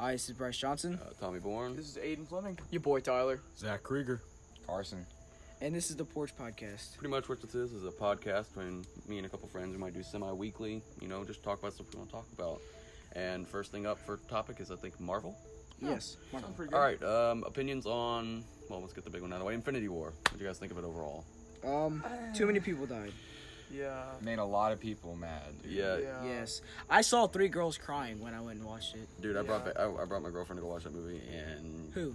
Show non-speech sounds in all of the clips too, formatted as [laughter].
Hi, this is Bryce Johnson, Uh, Tommy Bourne. This is Aiden Fleming. Your boy Tyler. Zach Krieger. Carson. and this is the Porch Podcast. Pretty much what this is is a podcast when me and a couple friends we might do semi-weekly. You know, just talk about stuff we want to talk about. And first thing up for topic is I think Marvel. Yes, Mark. Sounds pretty good. All right, um, opinions on well, let's get the big one out of the way. Infinity War. What do you guys think of it overall? Um, too many people died. Yeah. Made a lot of people mad. dude. Yeah, Yeah. yes, I saw three girls crying when I went and watched it. dude, I brought Yeah. ba- I, I brought my girlfriend to go watch that movie, and Who?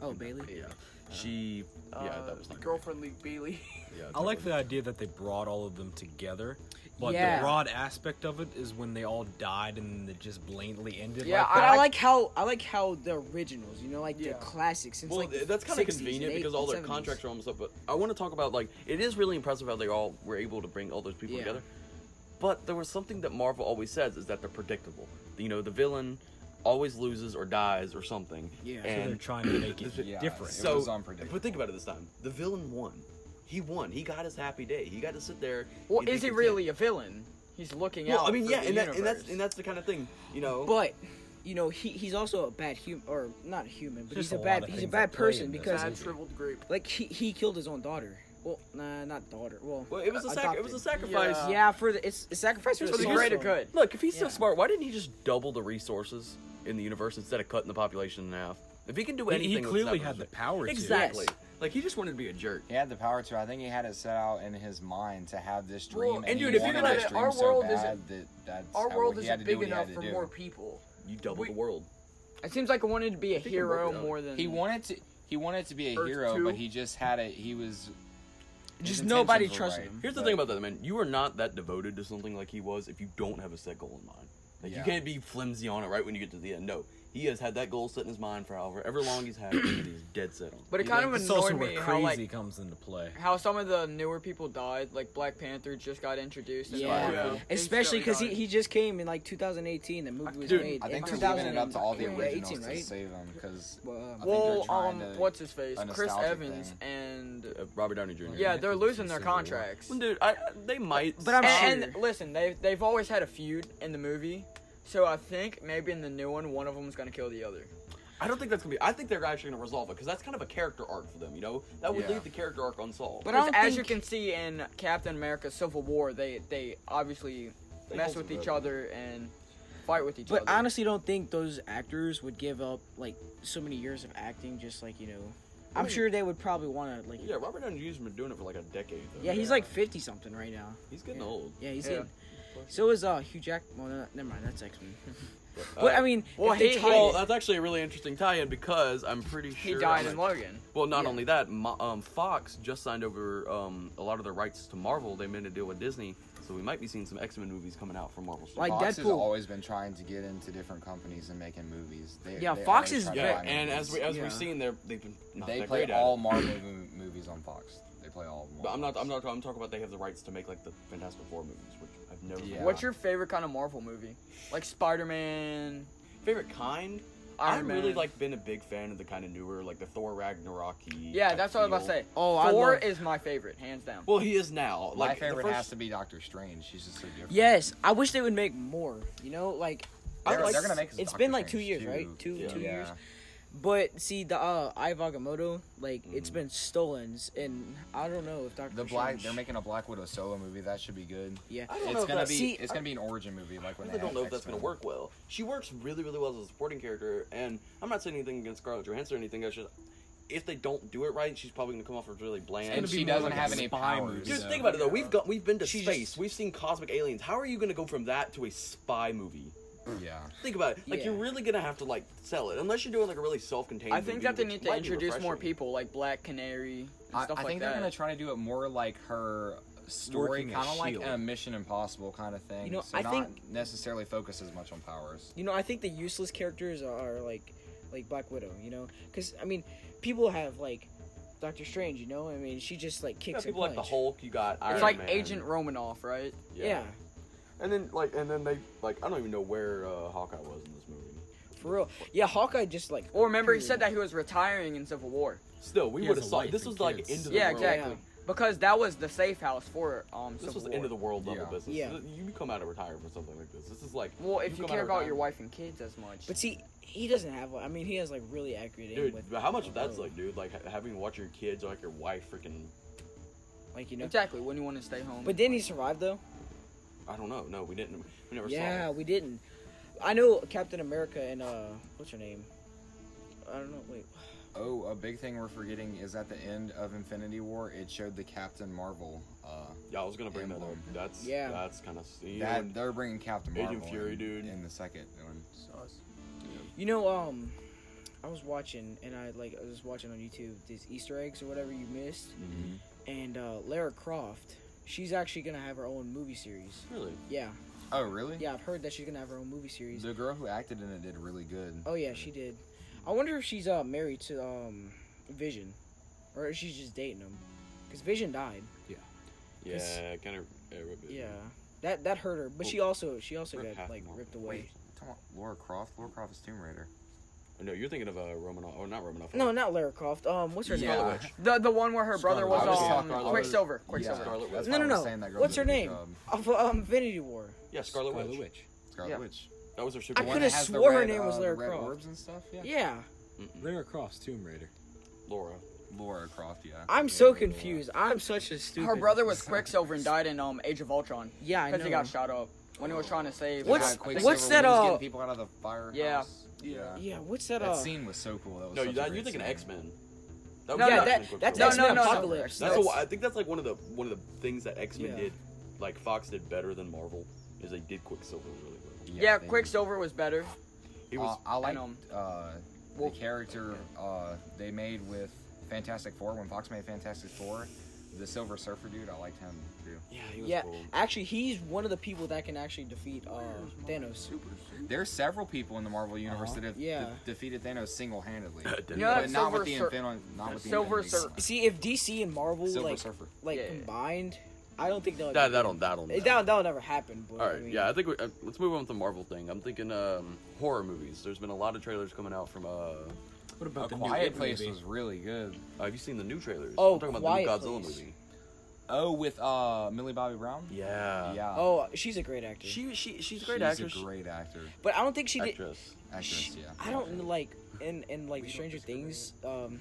Oh, Bailey. yeah, she Uh, yeah that was not good. girlfriend League [laughs] Bailey. Yeah, I like totally. the idea that they brought all of them together, but Yeah. the broad aspect of it is when they all died and it just blatantly ended. Yeah, like But that. I like how I like how the originals, you know, like the Yeah. classics. Since Well, like the that's kind of 60s and convenient because 80s, all their 70s. contracts are almost up. But I want to talk about like it is really impressive how they all were able to bring all those people Yeah. together. But there was something that Marvel always says is that they're predictable. You know, the villain always loses or dies or something. Yeah. So So they're and trying to make [clears throat] it Yeah. different. It was unpredictable. But think about it this time: the villain won. He won. He got his happy day. He got to sit there. Well, and be is he content. really a villain? He's looking Well, out. I mean, for yeah, the and, that, and universe. that's and that's the kind of thing. You know, But you know, he he's also a bad human, or not human, but Just he's a, a lot bad of he's a things bad that play person in this. because Bad shriveled grape. like he, he killed his own daughter. Well, nah, not daughter. Well, well, it was a sac- it was a adopted. sacrifice. Yeah. Yeah, for the it's a sacrifice for, for the soul. greater good. Look, if he's so Yeah. smart, why didn't he just double the resources in the universe instead of cutting the population in half? If he can do He- he anything, with clearly that had the resource- power to. Exactly. Yes. Like he just wanted to be a jerk. He had the power to. I think he had it set out in his mind to have this dream. Well, and, and he dude, if you're wanted gonna- this dream our so world bad isn't- that that's Our how- world he isn't had to do big what he enough had to for do. more people. You doubled We- the world. It seems like I wanted to be a think it worked hero out. more than He wanted to. He wanted to be a Earth hero, two. but he just had it. He was. his Just intentions nobody were trusted right, him. Here's the but- thing about that, man. You are not that devoted to something like he was if you don't have a set goal in mind. Like you Yeah. can't be flimsy on it right when you get to the end. No, he has had that goal set in his mind for however ever long he's had, it, and he's dead set on. it. But it You kind know? of That's also annoyed where me crazy how like comes into play. how some of the newer people died. Like Black Panther just got introduced. and Yeah. Marvel Yeah. Especially instantly because he, died. he just came in like 2018. The movie was Dude, made. I think in they're leaving it up to all the 2018, originals to right? save him because. Well, um, I think they're well, trying um, to- what's his face? a Chris nostalgic Evans thing. and Uh, Robert Downey Jr. yeah, Nick they're is losing in their Civil War. contracts. Well, dude, I, I- they might. But I'm and, sure. and listen, they've they've always had a feud in the movie, so I think maybe in the new one, one of them's gonna kill the other. I don't think that's gonna be. I think they're actually gonna resolve it because that's kind of a character arc for them. You know, that would Yeah. leave the character arc unsolved. But I Because don't as think- you can see in Captain America: Civil War, they they obviously They mess both with wrote each it. other and fight with each but other. I honestly don't think those actors would give up like so many years of acting just like you know. I'm sure they would probably want to like. yeah, Robert Downey Jr.'s been doing it for like a decade. Though. Yeah, he's like 50 something right now. he's getting old. Yeah, he's Yeah. getting. So is uh Hugh Jack. Well, no, never mind. That's [laughs] X Men. but Uh, I mean, well, if they he- tied Well, it- uh, that's actually a really interesting tie-in because I'm pretty he sure died I'm in like- Logan. Well, not Yeah. only that, Mo- um, Fox just signed over um, a lot of the rights to Marvel. They made a deal with Disney, so we might be seeing some X-Men movies coming out from Marvel. soon. Like Fox has Deadpool. always been trying to get into different companies and making movies. They, Yeah, they Fox always is try to yeah, find and movies. as we as Yeah. we've seen, they're they've been not they that play great at all it. Marvel mo- movies on Fox. They play all. Marvel But I'm not. I'm movies. not. I'm talking about they have the rights to make like the Fantastic Four movies, which I've never. Yeah. What's your favorite kind of Marvel movie? Like Spider Man, favorite kind? Iron I've Man. really like been a big fan of the kind of newer, like the Thor Ragnarok. Yeah, that's what I was about to say. Oh, I Thor love- is my favorite, hands down. Well, he is now. My Like the favorite first- has to be Doctor Strange. She's just so different. Yes, I wish they would make more. You know, like I they're, like- they're gonna make. it's Doctor been like two Strange years, too. right? Two Yeah. two Yeah. years. But see, the uh, Ai Vagamoto, like it's been stolen, s- and I don't know if Doctor Mm-hmm. The black. Strange- They're making a Black Widow solo movie. That should be good. Yeah, I don't know It's if gonna that- be. See, it's gonna be an origin movie, like I when really they don't had know if that's going X-Men. to work well. She works really, really well as a supporting character, and I'm not saying anything against Scarlett Johansson or anything. I just, if they don't do it right, she's probably going to come off as really bland. And It's gonna she be more doesn't like a have any spy powers. movie, Dude, though. think about it though. We've got, we've been to She's space. just- We've seen cosmic aliens. How are you going to go from that to a spy movie? Yeah. Think about it. Like Yeah. you're really going to have to like sell it, unless you're doing like a really self-contained. I think movie, that they which need to might be introduce more refreshing. people, like Black Canary and I, stuff I like think that. they're gonna try to do it more like her story, Working kind as of like S.H.I.E.L.D.. a Mission Impossible kind of thing. You know, so I not think- necessarily focus as much on powers. you know, I think the useless characters are, are like like Black Widow, you know, because I mean, people have like Doctor Strange, you know, I mean, she just like You got kicks people and like the punch. Hulk. You got Iron it's like Man. Agent Romanoff, right? Yeah. And then like, and then they like, I don't even know where uh, Hawkeye was in this movie. for real. Yeah, Hawkeye just like. Or remember he said that he was retiring in Civil War. Still, we He would has have a saw wife this and was like kids. into the Yeah, world. exactly. because that was the safe house for um. This Civil was War. end of the world level Yeah. business. Yeah. You come out of retirement for something like this. This is like Well, if you, come out care of about your retirement- wife and kids as much, But see, he doesn't have. I mean, he has like really accurate aim. Dude, with, but how much of that's Oh. like, dude? Like ha- having to watch your kids or like your wife freaking. like you know. exactly when you want to stay home. But didn't he survive though? I don't know. No, we didn't. We never Yeah, saw. we didn't. I know Captain America and uh, what's her name? I don't know. Wait, Oh, a big thing we're forgetting is at the end of Infinity War, it showed the Captain Marvel. Uh, It. Yeah, I was gonna bring that up. Emblem. That's Yeah. That's kind of. that they're bringing Captain Agent Marvel. Fury, in, dude. In the second one. Sus. you know, um, I was watching and I like I was watching on YouTube these Easter eggs or whatever you missed, Mm-hmm. and uh, Lara Croft, she's actually gonna have her own movie series. Really? Yeah, Oh, really? yeah, I've heard that she's gonna have her own movie series. The girl who acted in it did really good. Oh yeah, she did. I wonder if she's uh married to um Vision, or if she's just dating him, because Vision died. Yeah, kind of. Yeah, that that hurt her. But she also she also Rip got half like Marvel. ripped away. Talking about Laura Croft. Laura Croft is Tomb Raider. No, you're thinking of uh, Romanoff. Oh, not Romanoff. No, not Lara Croft. Um, what's her Scarlet name? Yeah. Witch. the the one where her brother Scarlet was Witch. Yeah, um Scarlet Witch. Quicksilver. Yeah, Quicksilver. Scarlet that's Witch. why No, I no, was no. saying that girl What's did her a good name? job. Of um, Infinity War. Yeah, Scarlet, Witch. Scarlet Yeah. Witch. That was her I super. The one coulda that has the swore her red, name was uh, Lara the red Croft. orbs and stuff. Yeah. Yeah, Lara Croft's Tomb Raider. Laura. Laura Croft. Yeah. I'm Yeah, so Laura. confused. I'm such a stupid. Her brother was Quicksilver and died in um Age of Ultron Yeah, I because know. he got shot up when he was trying to save. The guy What's- at Quicksilver what's when that, he was uh, Getting people out of the firehouse. Yeah. Yeah. Yeah, what's that? That uh, scene was so cool. That was No, such you, a that, great you're thinking scene. X Men. No, Yeah, that- that's No, X-Men no, no, no. Apocalypse. That's That's- a, I think that's like one of the one of the things that X Men Yeah. did, like Fox did better than Marvel, is they did Quicksilver really well. Yeah, they- Quicksilver was better. He was [laughs] Uh, I like um, uh, well- the character uh, they made with Fantastic Four when Fox made Fantastic Four. The Silver Surfer dude, I liked him too. yeah, he was yeah, cool. actually, he's one of the people that can actually defeat uh, Where's my Thanos. Super suit? There's several people in the Marvel universe that have de- Yeah. defeated Thanos single-handedly, Yeah, but not Silver with the Sur- Infinity. Not with the Silver Infinity Sur- Gauntlet. See, if DC and Marvel Silver like Surfer. like Yeah. combined, I don't think they'll. That that'll that'll. It- that'll, that'll never happen. But, All I right, mean, yeah, I think we, uh, let's move on to the Marvel thing. I'm thinking um, horror movies. There's been a lot of trailers coming out from. Uh, What about A the new Quiet It Place movie? was really good. uh, have you seen the new trailers? Oh, I'm talking about Quiet the new Godzilla Place. movie. Oh, with uh, Millie Bobby Brown. Yeah, Yeah. Oh, she's a great actor. She she she's a she's great actress. A great actor. but I don't think she did. actress. Actress. She- Yeah. I don't kn- like in in like the Stranger Things um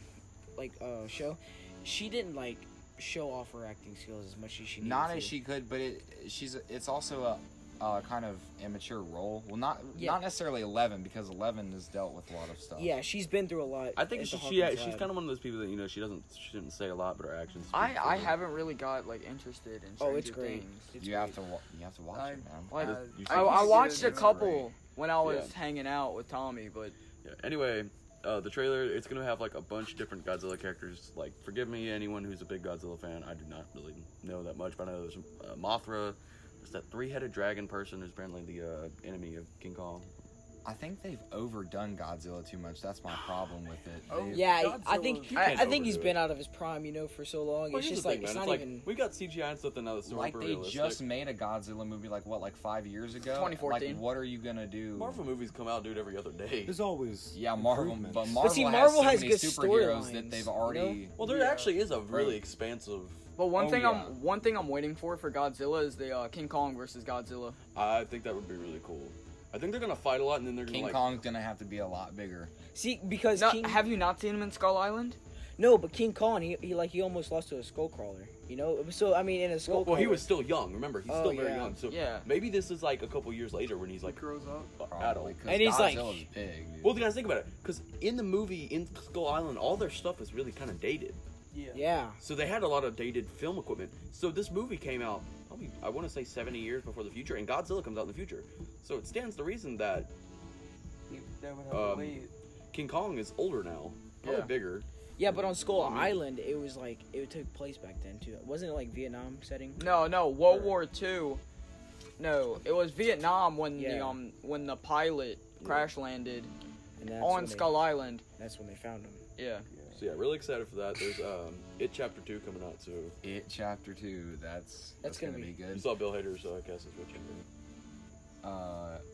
like uh show. She didn't like show off her acting skills as much as she needed not to. as she could, but it she's it's also a, a kind of immature role. Well, not Yeah. not necessarily Eleven because Eleven has dealt with a lot of stuff. Yeah, she's been through a lot. I think at she, the she Hawkins she's Lab. kind of one of those people that you know she doesn't she didn't say a lot, but her actions. speak I for I her. haven't really got like interested in. Oh, it's Stranger great. Things. It's you great. have to wa- you have to watch I- it, man. Like, Uh, uh, you I, said- I see watched it a in the couple when I was Yeah. hanging out with Tommy, but Yeah, Anyway, uh, the trailer it's gonna have like a bunch of different Godzilla characters. Like, forgive me, anyone who's a big Godzilla fan. I do not really know that much, but I know there's uh, Mothra. There's that three-headed dragon person who's apparently the uh, enemy of King Kong. I think they've overdone Godzilla too much. That's my problem with it. Oh, They- Yeah, Godzilla. I think You I, can't I think he's overdo it. been out of his prime, you know, for so long. Well, it's here's just the like thing, it's man, not like, even. we got CGI and stuff that now that's super Like they realistic. just made a Godzilla movie like what like five years ago. 2014. Like what are you gonna do? Marvel movies come out, dude, every other day. There's always Yeah, Marvel. improvements. But Marvel, see, has, so Marvel has many good superheroes storylines, that you they've know? already. Well, there Yeah. actually is a really Right. expansive. but one Oh, thing yeah. I'm one thing I'm waiting for for Godzilla is the uh, King Kong versus Godzilla. I think that would be really cool. I think they're gonna fight a lot, and then they're gonna King like. Kong's gonna have to be a lot bigger. See, because No, King, have you not seen him in Skull Island? no, but King Kong, he, he like he almost lost to a skull crawler, you know. So I mean, in a skull. Well, he crawler- was still young. Remember, he's Oh, still very yeah. young. So Yeah. maybe this is like a couple years later when he's like He grows up. adult. Probably, 'cause And he's like- Godzilla's big. Dude. Well, you guys think about it, because in the movie in Skull Island, all their stuff is really kind of dated. Yeah. Yeah, So they had a lot of dated film equipment. So this movie came out, probably, I want to say 70 years before the future, and Godzilla comes out in the future. So it stands to reason that He- That would have to Um, wait. King Kong is older now, probably Yeah. bigger. yeah, but on Skull I mean- Island, it was like it took place back then too. Wasn't it like Vietnam setting? No, no, Or- World War Two. No, it was Vietnam when the Yeah. um when the pilot crash landed And that's when on they- Skull Island. That's when they found him. Yeah. So yeah, really excited for that. There's um, It Chapter 2 coming out, too. It Chapter Two. That's that's, That's gonna, gonna be, You good. saw Bill Hader's uh, cast as Witch Hunter.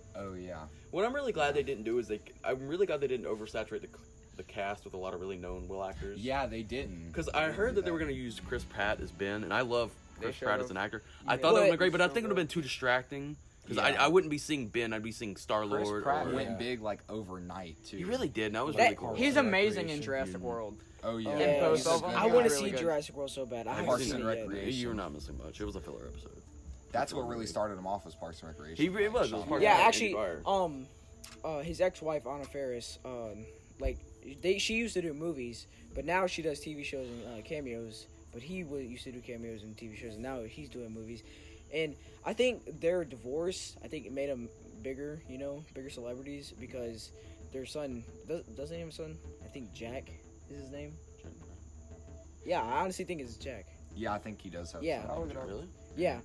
Uh oh yeah. What I'm really glad they didn't do is they. I'm really glad they didn't oversaturate the the cast with a lot of really known Will actors. Yeah, they didn't. Because I heard that they were gonna use Chris Pratt as Ben, and I love They Chris showed Pratt him. as an actor. Yeah. I thought that would have been But- great, but I think it Showed would have been him. too distracting. Because Yeah. I, I wouldn't be seeing Ben, I'd be seeing Star Chris Lord. Pratt or- went Yeah. big like overnight too. He really did, and that was That- really cool. He's Parks and amazing in Recreation, Jurassic dude. World. Oh yeah. Yeah, In both he's of a them. good I I guy. want to really see good. Jurassic World so bad. I haven't Parks seen and it yet. Recreation. Yeah, you were not missing much. It was a filler episode. That's what really started him off was Parks and Recreation. He really was. It was Sean Parks Penn. Yeah, Andy actually, Dwyer. um, uh, his ex-wife Anna Faris, um, like they she used to do movies, but now she does TV shows and uh, cameos. But he was, used to do cameos and TV shows, and now he's doing movies. And I think their divorce, I think it made them bigger, you know, bigger celebrities because their son does doesn't he have a son? I think Jack is his name. Yeah, I honestly think it's Jack. Yeah, I think he does have. Yeah. some. Really? Yeah.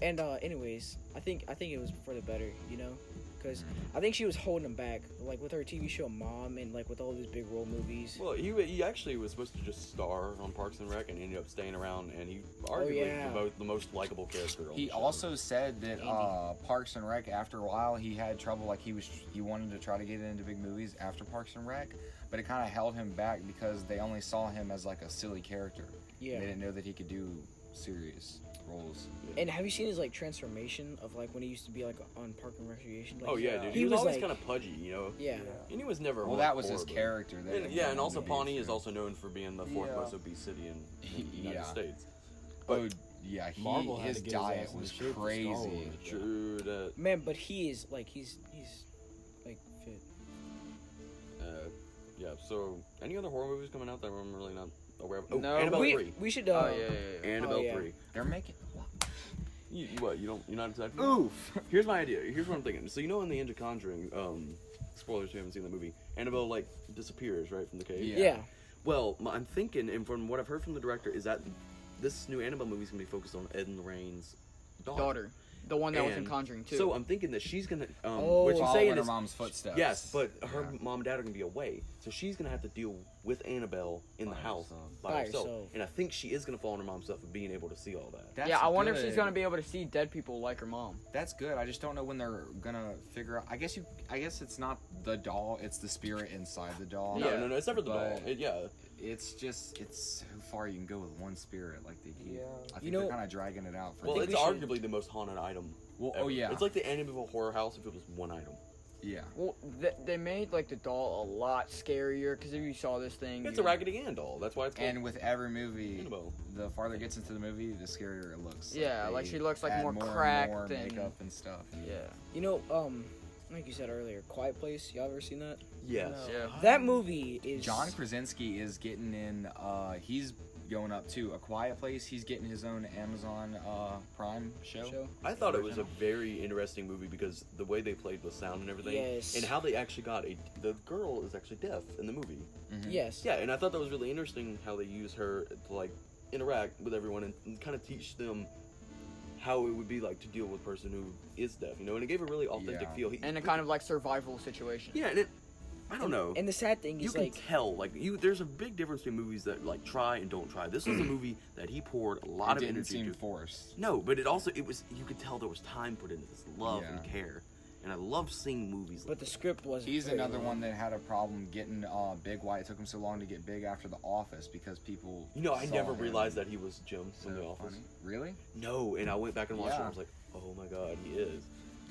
And uh anyways, I think I think it was for the better, you know? Cuz I think she was holding him back like with her TV show Mom and like with all these big role movies. Well, he, he actually was supposed to just star on Parks and Rec and ended up staying around, and he arguably yeah. the, most, the most likable character. On Oh, He the show. also said that Andy. uh, Parks and Rec. After a while, he had trouble. Like he was, he wanted to try to get into big movies after Parks and Rec, but it kind of held him back because they only saw him as like a silly character. They Yeah. didn't know that he could do serious roles. And have you seen his like transformation of like when he used to be like on Park and Recreation? Like, Oh yeah, dude. He, He was, was, always like- kind of pudgy, you know. Yeah. And he was never. Well, that was his horrible. character. That And, they yeah, made and him also to be, Pawnee so- is also known for being the fourth Yeah. most obese city in, [laughs] in the United Yeah. States. Oh, yeah, he, Marvel had his to get his diet ass in was shape for Star crazy. Wars. True that. Man, but he is like he's he's like fit. Uh, yeah. So, any other horror movies coming out that I'm really not aware of? Oh, No. Annabelle we, three. we should uh Oh yeah, yeah, yeah. Annabelle Oh, yeah. three. They're making. You, you what? You don't? You're not excited? for it? Oof. Here's my idea. Here's what I'm thinking. So you know in the end of Conjuring, um, spoilers if you haven't seen the movie, Annabelle like disappears right from the cave. Yeah. yeah. Well, my, I'm thinking, and from what I've heard from the director, is that this new Annabelle movie is gonna be focused on Ed and Rain's daughter. Daughter, the one that was in And Conjuring too. So uh, I'm thinking that she's gonna. Um, Oh. what she's Follow saying in her is- mom's footsteps. Yes, but her Yeah. mom and dad are gonna be away, so she's gonna have to deal with Annabelle in By the house herself. by, By herself. herself. And I think she is gonna fall on her mom's stuff of being able to see all that. [laughs] That's yeah, I wonder if good. she's gonna be able to see dead people like her mom. That's good. I just don't know when they're gonna figure out. I guess you. I guess it's not the doll. It's the spirit inside the doll. no, no, no, except for the doll. But- It- yeah, It's just. It's so far you can go with one spirit. Like they keep. Yeah. I think You know- they're kind of dragging it out for. well, the- it's arguably the most haunted item. Well, ever. oh yeah. it's like the Annabelle horror house if it was one item. yeah. Well, th- they made like the doll a lot scarier because if you saw this thing, It's you- a Raggedy Ann doll. That's why it's called And with every movie, Annabelle. the farther it gets into the movie, the scarier it looks. Yeah, like they she looks, like, add more more cracked and more and- makeup and stuff. Yeah, You know, um like you said earlier, Quiet Place, y'all ever seen that? Yes. No. yeah. Um, That movie is John Krasinski is getting in. Uh, he's going up to a quiet place. He's getting his own Amazon uh, Prime show. show. I thought it was a very interesting movie because the way they played with sound and everything, Yes. and how they actually got a the girl is actually deaf in the movie. Mhm. Yes. Yeah, and I thought that was really interesting how they use her to like interact with everyone and, and kind of teach them how it would be like to deal with a person who is deaf, you know. And it gave a really authentic Yeah. feel. He- and a kind of like survival situation. yeah, and it, I don't know. And the sad thing you is can like tell, like you, there's a big difference between movies that like try and don't try. This was [clears throat] a movie that he poured a lot It of didn't energy seem into. forced. No, but it also it was you could tell there was time put into this love and Yeah. care, and I love seeing movies. but Like the script wasn't He's great. another one that had a problem getting uh, big. Why it took him so long to get big after The Office because people. you know, I saw never him realized that he was Jim so from The Office. funny. Really? No, and I went back and watched it. and I Yeah. was like, oh my god, he is.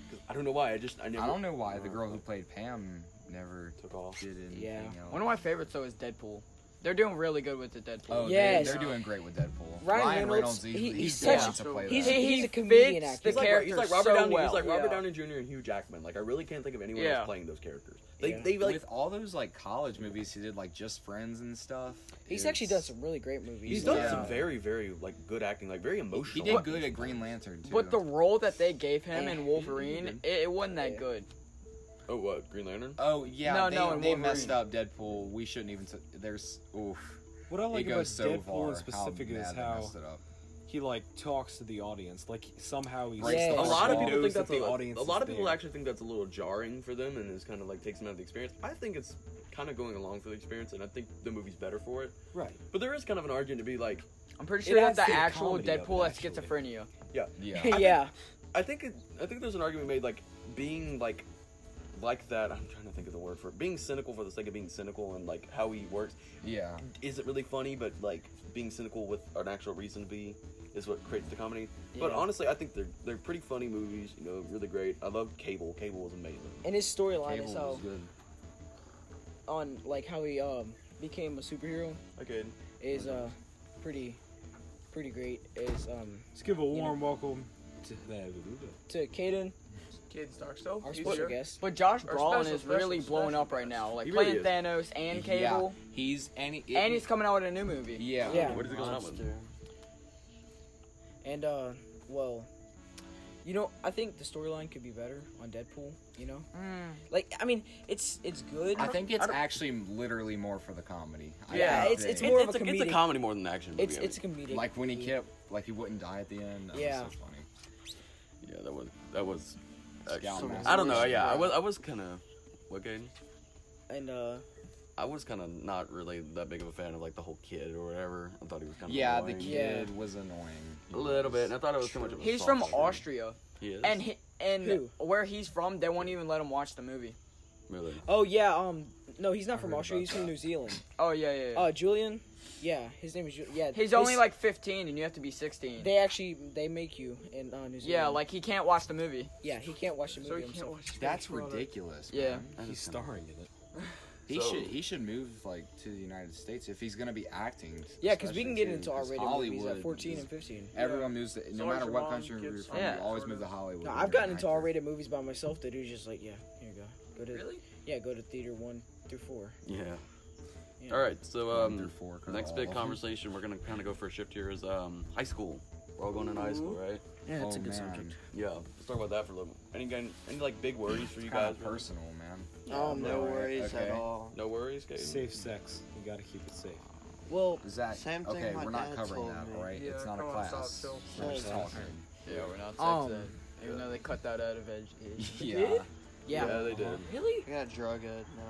'Cause I don't know why. I just I never. I don't know why the girl who played Pam never took off. did anything Yeah. else. One of my favorites though is Deadpool. They're doing really good with the Deadpool. Oh, Yes. they, are doing great with Deadpool. Ryan Reynolds, he- he- he's he's born such- to play he's- that. he- He a fits comedian actor. The He's like, character he's like so Robert Downey. well. He's like Robert Yeah. Downey Jr. and Hugh Jackman. Like I really can't think of anyone Yeah. else playing those characters. They Yeah. they like with all those like college movies he did, like Just Friends and stuff. He's it's- actually done some really great movies. he's done Yeah. some [laughs] very very like good acting, like very He emotional. did acting. good at Green Lantern too. But the role that they gave him Yeah. in Wolverine, it, it wasn't that good. Oh what Green Lantern? Oh yeah, No, they, no, in they Wolverine. messed up Deadpool. We shouldn't even. T- there's oof. What I it Oh, like about goes so Deadpool far. in specific how is mad they how messed [laughs] it up. he like talks to the audience. Like somehow he's Breaks the A Yes. lot of Knows people think that that's a, the audience. A is lot of people there. actually think that's a little jarring for them, and it's kind of like takes them out of the experience. I think it's kind of going along for the experience, and I think the movie's better for it. right. But there is kind of an argument to be like, I'm pretty It sure that's adds the to the actual comedy of it, Deadpool has actually. schizophrenia. Yeah. yeah. I think it, I think there's an argument made like being like like that. I'm trying to think of the word for it. Being cynical for the sake of being cynical and like how he works Yeah. isn't really funny, but like being cynical with an actual reason to be is what creates the comedy. But Yeah. honestly, I think they're they're pretty funny movies. You know, really great. I love Cable. Cable was amazing. And his storyline Cable is was how good. on like how he um became a superhero Okay. is uh pretty pretty great. Is um Let's give a know. warm welcome to that. to Caden, Kids Dark Soul. our You special sure? guest. But Josh Or Brolin special, is really special, blowing special up right now. Like He really playing is. Thanos and Cable, Yeah. He's and he, and he's coming out with a new movie. yeah. Yeah. What is it going on with? And uh well you know, I think the storyline could be better on Deadpool, you know? Mm. Like I mean it's it's good. I think it's actually literally more for the comedy. I Yeah, think it's- it's they- more it's, of a it's a comedic- comedy more than an action movie. it's I mean. it's comedic. like when he kept like he wouldn't die at the end. That Yeah. was so funny. yeah, that was that was. Scout Master. I don't know. Yeah, I was I was kind of okay. and uh I was kind of not really that big of a fan of like the whole kid or whatever. I thought he was kind of Yeah, the annoying. kid was annoying. a little bit, and I thought it was too much. Of a He's from soft-shoe. Austria, He is? and he, and Who? where he's from, they won't even let him watch the movie. really, oh yeah, um no, he's not from heard Austria, about he's from that. New Zealand. Oh yeah, yeah. yeah. Uh Julian? Yeah, his name is Ju- yeah. he's his- only like 15, and you have to be 16. they actually they make you in uh, New Zealand. yeah, like he can't watch the movie. yeah, he can't watch the movie So he himself. can't watch. That's Space Brother. ridiculous. Yeah. man. That He's is kinda- starring in it. He So- should he should move like to the United States if he's gonna be acting. Yeah, because we especially can get too, into our 'cause rated movies Hollywood at 14 is- and 15. Everyone moves to, So no like matter what Jerron country gives you're from, Yeah. you always sort move to of- Hollywood. No, when I've you're an gotten into actor. R rated movies by myself. The dude's just like, yeah, here you go. Go to yeah, go to theater one through four. yeah. Yeah. All right, so One through um, four, the kinda next all big of them. conversation we're gonna kind of go for a shift here is um high school. We're all going into high school, right? Yeah, oh, man. Yeah. Let's talk about that for a little. Any gun- any like big worries for you guys? Kind of personal, man. no Oh, no worries worries at at all. No worries, Gabe? Safe sex. You gotta keep it safe. Well, Zach, Same thing okay, my we're not dad covering told that, me. all right? Yeah, it's not a come on, class. stop, don't- We're just Don't. talking. Yeah, we're not Um, even though they cut that out of [laughs] [laughs] education. [laughs] Yeah. yeah. they did. Really? I got drug ed now.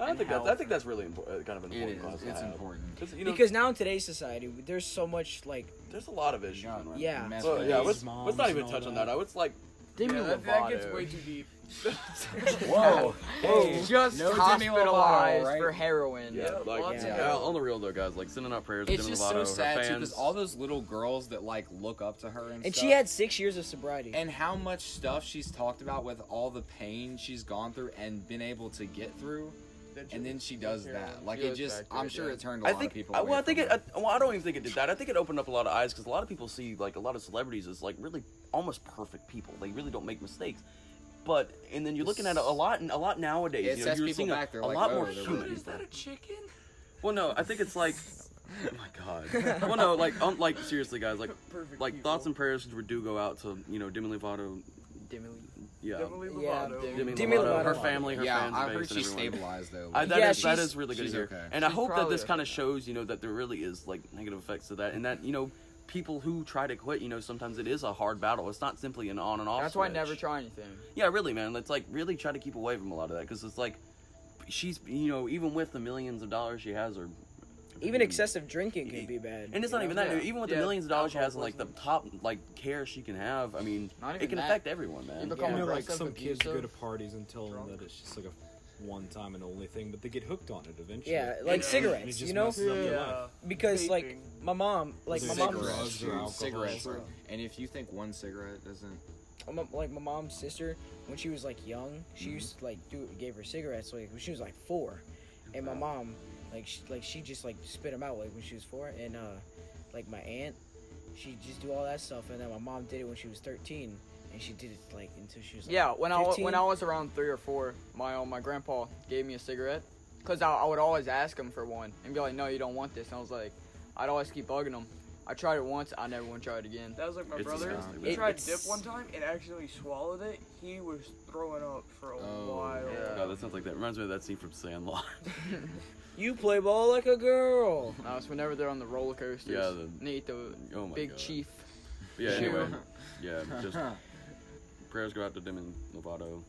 I don't And think that's, I health. think that's really important. Kind of an It important. is. cause to It's have. important. 'Cause, you know, because now in today's society, there's so much like there's a lot of issues. Yeah. Right? Yeah. Mess So, with yeah, it. let's, moms let's not and even all touch on that. that. I was like, Demi Yeah, that, that gets way too deep. Whoa. just Oh, No hospitalized Demi Lovato, right? for heroin. yeah, like, lots of yeah. guys. on the real though, guys, like sending out prayers. to It's Demi just Lovato, so her sad too, fans. because all those little girls that like look up to her and, and stuff, she had six years of sobriety. and how much stuff she's talked about with all the pain she's gone through and been able to get through, and then she does that. Like it goes just, back to I'm it, sure yeah. it turned a I lot think. of people. I, away well, I think it. from her. I, well, I don't even think it did that. I think it opened up a lot of eyes because a lot of people see like a lot of celebrities as like really almost perfect people. They really don't make mistakes. But and then you're looking at it a lot and a lot nowadays. It you know, sets you're people seeing a- back. They're a, like, lot "Oh, more they're human. really Is that a chicken? Well, no, I think it's [laughs] like. Oh my god. Well, no, like, um, like seriously, guys, like, Perfect like people. thoughts and prayers do go out to you know Demi Lovato. Demi. Yeah, Definitely Yeah, Lovato. Demi, Demi Lovato, Lovato. her family, uh, her yeah, fans I base, heard and she everyone. stabilized though. I, that Yeah, is- that she's- is really good to she's hear. okay. And I She's hope that probably this kind of okay. shows, you know, that there really is like negative effects to that, and that you know, people who try to quit, you know, sometimes it is a hard battle. It's not simply an on and off. That's why I switch. never try anything. Yeah, really, man. Let's like really try to keep away from a lot of that because it's like she's, you know, even with the millions of dollars she has, or Mm. Even excessive drinking can be bad. And it's not you even know? that. Yeah. dude. Even with the Yeah. millions of dollars she has and like the Alcoholism. top like care she can have, I mean, it Not even can that. affect everyone, man. You You become know, like aggressive, some kids go to abusive, parties and tell them that it's just like a one time and only thing, but they get hooked on it eventually. Yeah, like And it cigarettes, just you know? messes up their life. because like Vaping. my mom, like my Cigarettes. mom's cigarettes, Drugs or dude, alcohol. cigarettes. True. And if you think one cigarette doesn't, my- like my mom's sister when she was like young she used to like do gave her cigarettes like when she was like four and my mom like she, like she just like spit them out like when she was four and uh like my aunt she just do all that stuff and then my mom did it when she was 13 and she did it like until she was like, Yeah, when I wa- 15. when I was around three or four, my uh, my grandpa gave me a cigarette, cause I, I would always ask him for one and be like, no, you don't want this, and I was like, I'd always keep bugging him. I tried it once, I never want to try it again. That was like my It's brother. disgusting. He It- tried it's- dip one time and actually swallowed it. He was throwing up for a Oh, while. yeah. God, that sounds like that. Reminds me of that scene from Sandlot. [laughs] you play ball like a girl No, it's whenever they're on the roller coasters. Yeah, the- and they eat the Oh my big God. chief. Yeah. Sure. Anyway. [laughs] Yeah. Just prayers go out to Demi Lovato.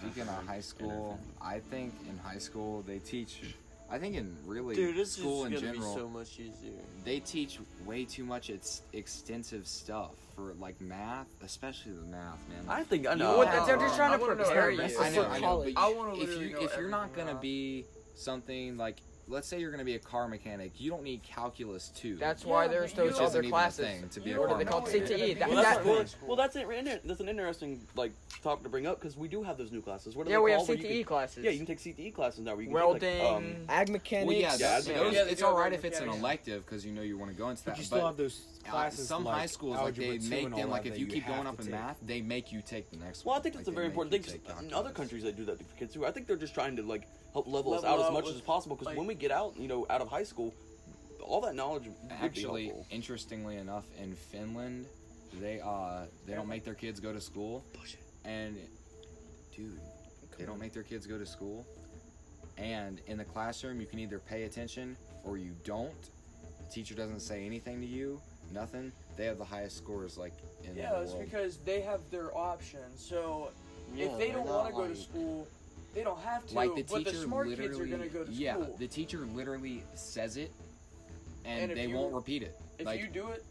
Speaking of high school, I think in high school they teach I think in really Dude, this is school going in to general, be so much easier. they teach way too much it's extensive stuff for like math, especially the math, man. I think I You know. know what, I they're don't just know. trying to prepare you. I know, I know, but College. you- I wanna if literally you know if you're not everything gonna about- be something like, let's say you're gonna be a car mechanic, you don't need calculus two. That's why Yeah, there's but you those which isn't other even a classes. thing to be You a What car are they called? know mechanic. it. CTE. E. That, Well, that's, that- well, well, that's an inter- that's an interesting like topic to bring up because we do have those new classes. What are yeah, they we have called? Where you CTE can- classes. yeah, you can take CTE classes now. Where you can Welding. Take, like, um, Ag mechanics. Well, yeah, Yeah, those, yeah. those- Yeah, it's yeah, all right yeah, if it's an yeah. elective because you know you want to go into that. But you still but have those uh, classes. some like high schools like algebra they two make and all them like that, if that you keep have going to up in take. math, they make you take the next Well, I one. think that's Like, a they very make important you thing. 'cause take in calculus. other countries, they do that to kids too. I think they're just trying to like help level, us out Level as out much with- as possible. Because like- when we get out, you know, out of high school, all that knowledge would be Actually, helpful. interestingly enough, in Finland, they uh they don't make their kids go to school. And dude, they don't make their kids go to school. And in the classroom, you can either pay attention or you don't. The teacher doesn't say anything to you, nothing. They have the highest scores like in the Yeah, world. it's because they have their options. So if they don't want to go to school, they don't have to. like the but teacher the smart literally, kids are going to go to yeah, school. the teacher literally says it, and, And if they you- won't repeat it. if like, you do it,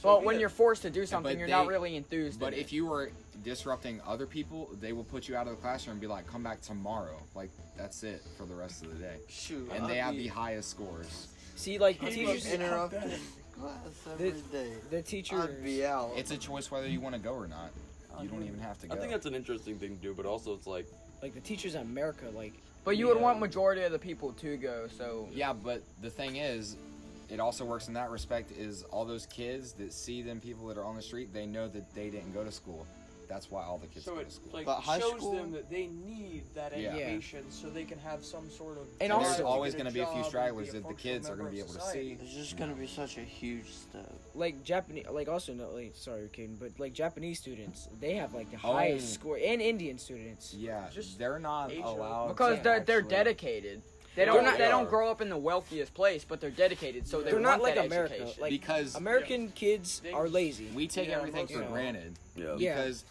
so Well, be when it. you're forced to do something, But you're not they- really enthused. But in if it. you were disrupting other people, they will put you out of the classroom and be like, "Come back tomorrow." Like that's it for the rest of the day. Shoot. And they I'd have the be highest scores. See, like the I'd be teachers, interrupted class every This- day. the teachers. I'd be out. It's a choice whether you want to go or not. You don't even have to go. I think that's an interesting thing to do, but also it's like like the teachers in America, like but you would yeah. want majority of the people to go. So yeah, but the thing is, it also works in that respect. Is all those kids that see them people that are on the street, they know that they didn't go to school. That's why all the kids so go it to school. like But high shows school- them that they need that Yeah. Yeah. education so they can have some sort of. And and also- drive there's to always get going to be a job few and stragglers be a that the functional kids are going to be member of able to society. see. It's just gonna be such a huge step. like Japanese, like also not like sorry, Caden, but like Japanese students, they have like the Oh. highest score, and Indian students. Yeah, Just they're not age up. allowed because to they're they're actually- dedicated. They They're don't not- they are. don't grow up in the wealthiest place, but they're dedicated. So they They're not want like that America, education. like- because American kids They are just- lazy. we take Yeah, everything most for of them. granted yeah, Yeah. because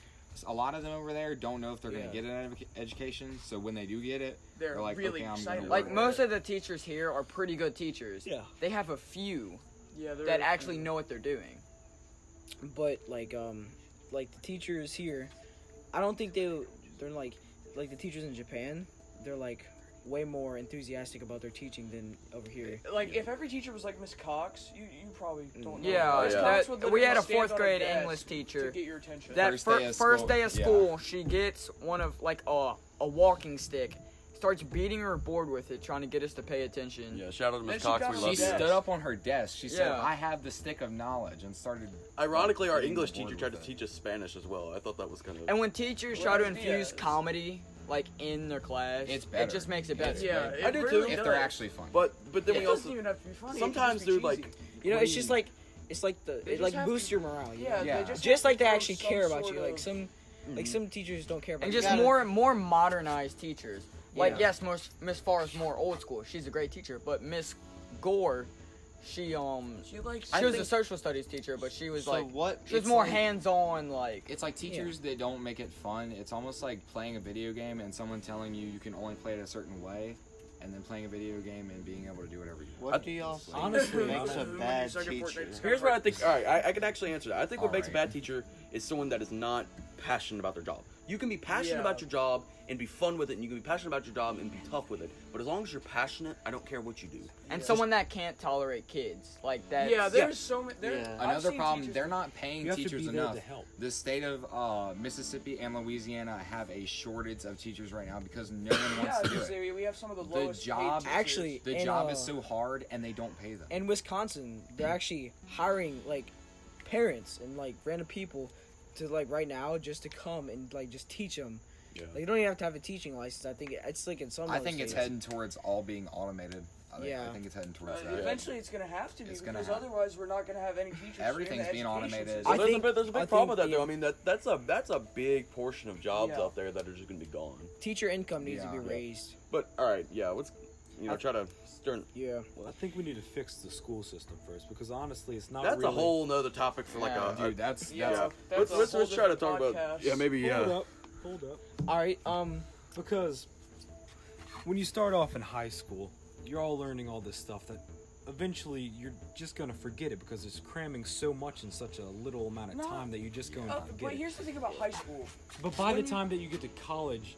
a lot of them over there don't know if they're Yeah. going to get an edu- education. So when they do get it, They're, They're like, really okay, I'm gonna excited. work. about Like, it. most of the teachers here are pretty good teachers. Yeah. They have a few yeah, they're- Oh, that actually know what they're doing. but like um like the teachers here i don't think they they're like like the teachers in japan they're like way more enthusiastic about their teaching than over here Like if every teacher was like Miss Cox, you you probably don't. know. Yeah, Oh, Miss yeah. Cox that- would we literally had a stand fourth on grade desk English to teacher. get your attention. That First first day first of school, day of yeah. school, she gets one of like a a walking stick, starts beating her board with it, trying to get us to pay attention. yeah. Shout out to Then Miss she Cox. got We on she love the you. desk. stood up on her desk. She said, Yeah. "I have the stick of knowledge," and started. Ironically, our Getting English bored teacher with tried to it. teach us Spanish as well. I thought that was kind of. And when teachers Well, try to that's infuse BS. comedy like in their class, It's it better. just makes it Yeah, better. it's yeah, great. it I do too. really If does. they're actually funny, but but then it we doesn't also even have to be funny. it can sometimes just be they're like cheesy. you know it's Mm. just like it's like the They it just like have boosts to- your morale you yeah, know? Yeah. They just, just have like to they throw actually some care about sort you like of- some like some teachers don't care about Mm-hmm. and you. just gotta- more more modernized teachers. Like Yeah. yes, Miss Miss Farr is more old school. She's a great teacher, but Miss Gore, she um She likes. she was a think- social studies teacher, but she was So like what- she was it's more like- hands on like it's like teachers that don't make it fun. It's almost like playing a video game and someone telling you you can only play it a certain way, and then playing a video game and being able to do whatever you want. What do y'all It's think like- honestly, makes a I'm bad sucking for teacher? next- Here's what I think. All right, I, I can actually answer that. I think what All makes a right. bad teacher is someone that is not passionate about their job. You can be passionate Yeah. about your job and be fun with it, and you can be passionate about your job and be tough with it. But as long as you're passionate, I don't care what you do. and someone that can't tolerate kids like that. Yeah, they- there's so many. there- Yeah. I've Another seen problem, teachers- they're not paying You have to teachers be there enough. to help. The state of uh, Mississippi and Louisiana have a shortage of teachers right now because no one Yeah, wants to do because it. they- we have some of the The lowest. paid job- teachers. actually The in, job uh, is so hard and they don't pay them. in wisconsin they're actually hiring like parents and like random people to like right now just to come and like just teach them Yeah. like you don't even have to have a teaching license i think it's like in some I other think it's states. heading towards all being automated. I think, Yeah. I think it's heading towards Uh, that. eventually, it's gonna have to be It's gonna because happen. otherwise, we're not gonna have any teachers. Everything's in the being education automated. system. So I there's, think- a big, there's a I big think problem with that, the- though. I mean, that that's a that's a big portion of jobs Yeah. out there that are just gonna be gone. teacher income needs to be Yeah. raised But all right, yeah, let's you know try to stern. yeah Well, I think we need to fix the school system first because honestly, it's not. That's really, a whole nother topic for like Yeah, a, Dude, that's Yeah. that's yeah. That's let's a let's, whole let's try to talk different about podcast. yeah maybe Hold yeah. up, hold up, all right um because when you start off in high school, you're all learning all this stuff that eventually you're just gonna forget it because it's cramming so much in such a little amount of No. time that you're just going Uh, to forget but it. here's the thing about high school. But by the when- time that you get to college,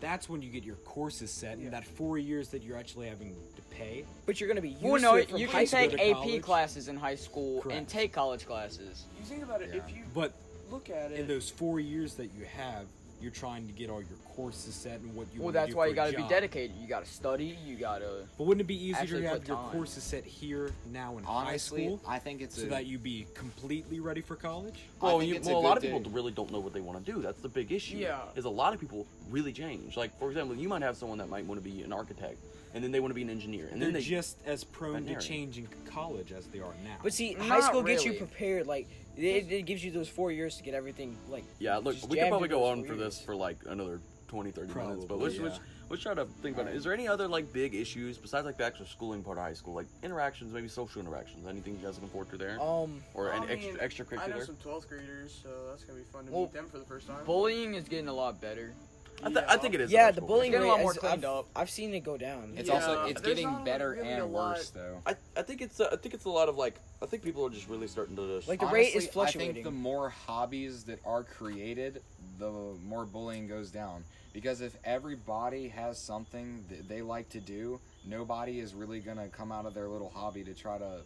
that's when you get your courses set, Yeah. and that four years that you're actually having to pay. But you're gonna be used Well, no, to it from you high can school take to AP college. classes in high school and Correct. take college classes. You think about it. If you But look at in it, those four years that you have, you're trying to get all your courses set and what you. well, wanna that's do why for you a gotta be job. dedicated. You gotta study. You gotta. But wouldn't it be easier Actually to put have your time. courses set here now in high Honestly, school I think it's so a, that you be completely ready for college? I Well, think you, it's well, a, good lot of thing. people really don't know what they want to do. That's the big issue. Yeah. Is a lot of people really change. Like for example, you might have someone that might want to be an architect, and then they want to be an engineer, and They're then they just as prone to veterinarian. changing college as they are now. But see, Not high school gets you really. prepared. Like it, it gives you those four years to get everything. Like yeah. Look, just we jammed could probably into go those on four for this years. for like another 20, 30 minutes. But Probably, let's, let's yeah. let's try to think about it. Is there any other like big issues besides like the actual schooling part of high school, like interactions, maybe social interactions? Anything you guys looking forward to there, Um, or I an mean, extra I know extracurricular? some 12th graders, so that's gonna be fun to Well, meet them for the first time. Bullying is getting a lot better. I, th- I think it is. in yeah, high the school. bullying It's rate. getting a lot more is- cleaned I've, up. I've seen it go down. it's Yeah, also it's there's getting not better really a and lot- worse though. I, I think it's uh, I think it's a lot of like I think people are just really starting to just Like the rate is Honestly, I fluctuating. think the more hobbies that are created, the more bullying goes down. Because if everybody has something that they like to do, nobody is really gonna come out of their little hobby to try to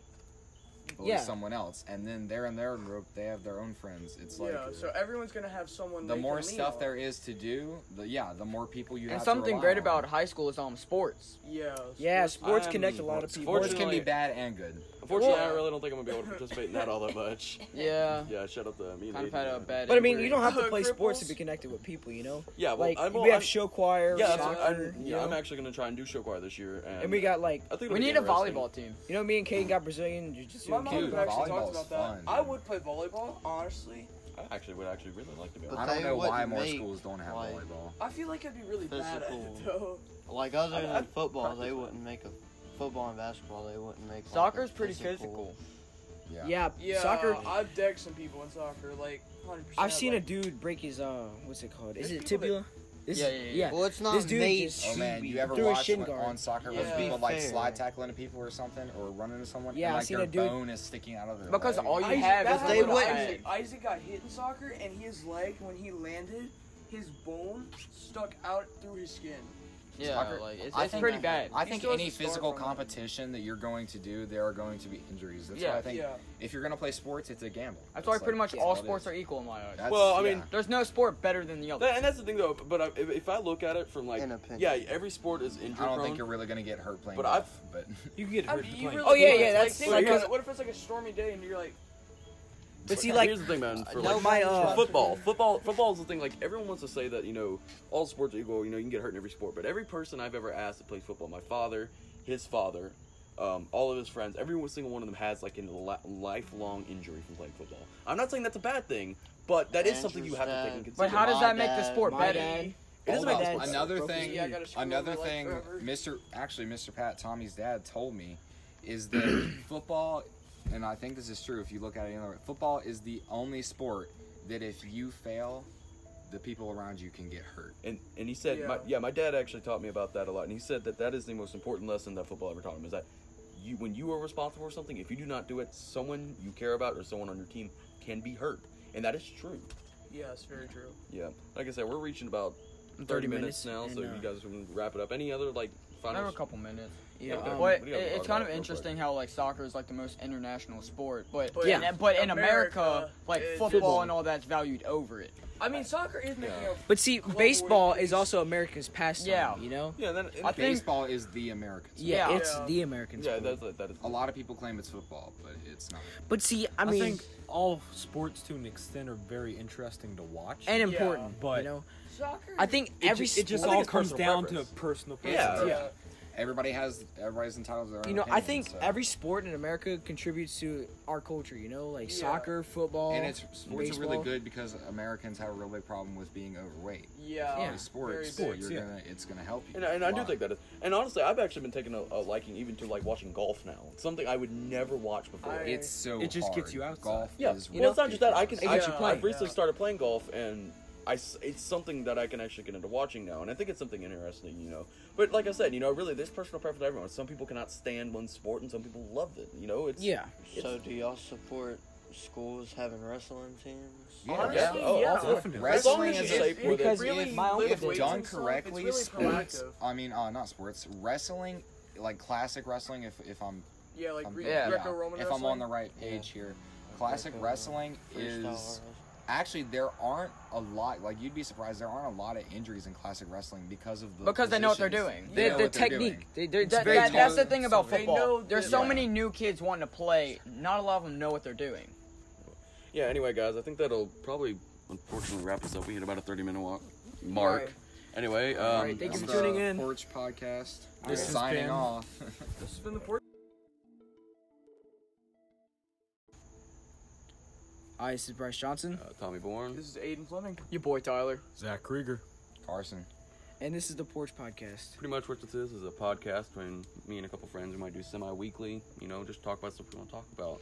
bully Yeah. someone else. And then they're in their group, they have their own friends. It's like yeah, so everyone's gonna have someone. the they more can lean stuff on. there is to do, the yeah, the more people you and have. something to great about high school is um sports. Yeah. yeah, sports- sports I'm- connect a lot of people. Sports can be Fortunately- bad and good. Unfortunately, Well- I really don't think I'm gonna be able to participate in that all [laughs] that much. Yeah. Yeah, shut up the mean Kind of lady. had a bad. But I mean, you injury. don't have to Uh, play sports cripples. to be connected with people. You know, Yeah, well, like I'm, well, we have I'm- show choir, yeah, I'm- soccer, I'm, yeah, you know? I'm actually gonna try and do show choir this year, and, and we got like I think it'll We be need a interesting. volleyball team. you know me and Kane got Brazilian jiu-jitsu. My mom Dude, would actually talked volleyball's about fun, that. I dude. would play volleyball, honestly. I actually would actually really like to be. I Able But don't they know why wouldn't more make, schools don't have like- volleyball. I feel like I'd be really bad at Physical. it [laughs] though. Like other I- than I'd football, practice they that. wouldn't make a football and basketball. They wouldn't make. like, a Soccer's pretty physical. Yeah. yeah, Yeah, soccer. I've decked some people in soccer, like 100. percent I've seen a like, dude break his uh, what's it called? Is There's it people tibula? This- Yeah, yeah, yeah. Well, it's not This dude made. just- Oh man, you ever Through a watch shin when- guard. on soccer Yeah. when Be people like fair. slide tackle into people or something or run into someone Yeah, I've and like seen their a dude- bone is sticking out of their Because leg? all you Isaac, have is that's a how they little wouldn't- bag. Isaac, Isaac got hit in soccer, and his leg, when he landed, his bone stuck out through his skin. Yeah, Soccer- like it's, I it's think- pretty bad. I He think still has any to start physical from it. competition that you're going to do, there are going to be injuries. That's Yeah, why I think yeah. if you're gonna play sports, it's a gamble. That's why It's pretty like- much all that's all it sports are is. equal in my eyes. That's- Well, I mean, yeah. There's no sport better than the other. That- and that's the thing though. But I, if, if I look at it from like, An opinion. yeah, every sport is injury I don't prone. think you're really gonna get hurt playing But golf. But [laughs] you can get I hurt mean, to you playing. really Oh, yeah, can't, yeah, like, that's- think like, about here's- it. what if it's like a stormy day and you're like, But see, But like here's the thing, man. For, no, like, my, for uh, football, football, football is the thing. Like everyone wants to say that you know all sports are equal. You know you can get hurt in every sport, but every person I've ever asked to play football, my father, his father, um, all of his friends, every single one of them has like a li- lifelong injury from playing football. I'm not saying that's a bad thing, but that is something you have to take in Andrew's But consideration. how does My that make the dad- sport my better? dad- It is Hold about on. sports. another broke his thing, knee, I gotta screw another over my leg thing, forever. Mr. Actually, Mr. Pat, Tommy's dad told me, is [clears throat] that football, and I think this is true. If you look at it another way, football is the only sport that if you fail, the people around you can get hurt. And and he said, Yeah. My, yeah, my dad actually taught me about that a lot, and he said that that is the most important lesson that football ever taught him is that you when you are responsible for something, if you do not do it, someone you care about or someone on your team can be hurt, and that is true. yeah, it's very true. Yeah, like I said, we're reaching about 30, 30 minutes, minutes, now, so and, uh, you guys can wrap it up. Any other like Another final? couple minutes. yeah, Okay. um, What? But we it, gotta it's talk kind about it of real interesting how like soccer is like the most international sport, but, But Yeah. in, but in America, America, like it's- football Football. and all that's valued over it. I mean, soccer is making up. [laughs] but see, Club baseball Warriors. is also America's pastime. Yeah. you know. Yeah, then I think- Baseball is the American sport. Yeah, Yeah. it's Yeah. the American yeah, sport. that's that that is. A lot of people claim it's football, but it's not. but see, I I mean, think all sports to an extent are very interesting to watch. and Yeah. important, But- you know. Soccer. I think it, every ju- it just sport- all it's comes personal down preference. to personal Yeah. preference. Yeah. Everybody has everybody's entitled to their own. you know, I opinion, think so- every sport in America contributes to our culture. You know, like Yeah. soccer, football, and it's sports are really baseball. good because Americans have a real big problem with being overweight. Yeah. Yeah. Very sports, big. you're yeah. gonna, it's gonna help you. And, I- and I a do lot. think that is. And honestly, I've actually been taking a, a liking even to like watching golf now. It's something I would never watch before. I- it's so. It just hard. gets you outstside. Golf Yeah, is well, it's not just that. I can. ridiculous. It I, gets you I've playing. recently started playing golf, and I s it's something that I can actually get into watching now, and I think it's something interesting, you know. But like I said, you know, really, there's personal preference to everyone. Some people cannot stand one sport, and some people love it. You know, it's Yeah. So do y'all support schools having wrestling teams? Yeah. Honestly, Yeah. Oh, yeah. also, Definitely. as long Wrestling as is you a- shape where they- because really if my own live if if weights done and stuff, correctly, it's really sports. proactive. I mean, uh, not sports. Wrestling, like classic wrestling. If if I'm, Yeah, like I'm Greek Yeah. Greco-Roman if wrestling. I'm on the right page here, classic Greco-Roman, wrestling is Freestyle wrestling. actually there aren't a lot. Like you'd be surprised, there aren't a lot of injuries in classic wrestling because of the Because they know what they're positions. doing. They They- know the what they're technique, doing. they, they're, That, very that- that's the talented. thing about They football. know There's that- so Yeah. many new kids wanting to play. Not a lot of them know what they're doing. yeah. Anyway, guys, I think that'll probably unfortunately wrap us up. We hit about a 30 minute walk mark. Right. Anyway, um, All right, thank you That's for the tuning in. Porch Podcast. This has signing been- off. [laughs] This has been the Hi, this is Bryce Johnson, uh, Tommy Bourne. This is Aiden Fleming. Your boy Tyler. Zach Krieger. Carson. and this is the Porch Podcast. Pretty much what this is is a podcast between me and a couple friends. We might do semi-weekly. You know, just talk about stuff we want to talk about.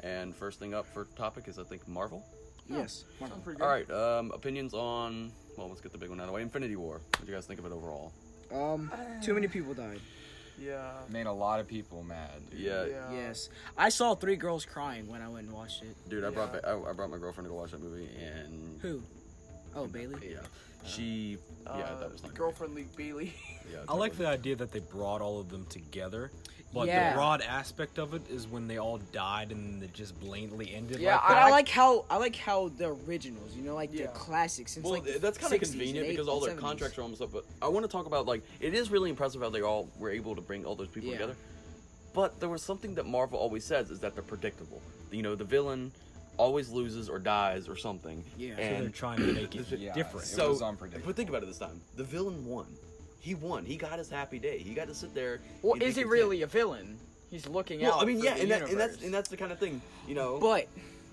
And first thing up for topic is I think Marvel. Yes. Sounds pretty good. All right, um, opinions on well, let's get the big one out of the way. Infinity War. What do you guys think of it overall? Um, Uh. too many people died. Yeah. Made a lot of people mad. dude. Yeah, Yeah. yes, I saw three girls crying when I went and watched it. dude, I brought Yeah. ba- I, I brought my girlfriend to go watch that movie, and Who? Oh, Bailey. yeah, she Uh, yeah, that was not girlfriend League Bailey. [laughs] Good. Yeah, I like the that. idea that they brought all of them together, but Yeah. the broad aspect of it is when they all died and it just blatantly ended. Yeah, like But that. I like how I like how the originals, you know, like Yeah. the classics. Since Well, like the that's kind of 60s and convenient because 80s all their and 70s. contracts are almost up. But I want to talk about like it is really impressive how they all were able to bring all those people Yeah. together. But there was something that Marvel always says is that they're predictable. You know, the villain always loses or dies or something. Yeah. So So and they're trying to make it Yeah, different. It was unpredictable. But think about it this time: the villain won. He won. He got his happy day. He got to sit there. Well, and be is he content. really a villain? He's looking Well, out. I mean, for yeah, the and, that, and that's universe. and that's the kind of thing, you know. But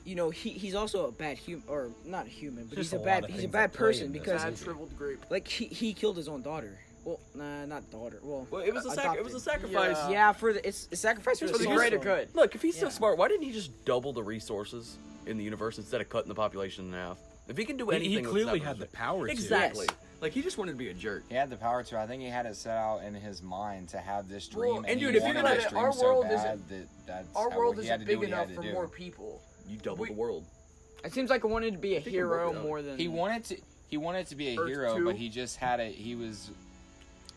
you know, he he's also a bad human, or not human, but Just he's a a bad lot of he's a things bad that play person in this. because Sad shriveled grape. like he, he killed his own daughter. Well, nah, not daughter. Well, well, it was a sac- uh, it was a adopted. sacrifice. Yeah. Yeah, for the it's, it's sacrifice for for the soul. greater good. Look, if he's so Yeah. smart, why didn't he just double the resources in the universe instead of cutting the population in half? If he can do He- he anything, with clearly that had the resource- power to. Exactly. Yes. Like he just wanted to be a jerk. He had the power to. I think he had it set out in his mind to have this dream. Well, and, and he dude, if you wanted think about this it, dream our so world bad isn't- that that's Our how- world he had isn't to do big what he enough had to for do. more people. You double We- the world. It seems like I wanted to be a think I'm working hero on it. more than He wanted to. He wanted to be a Earth hero, two. but he just had it. He was.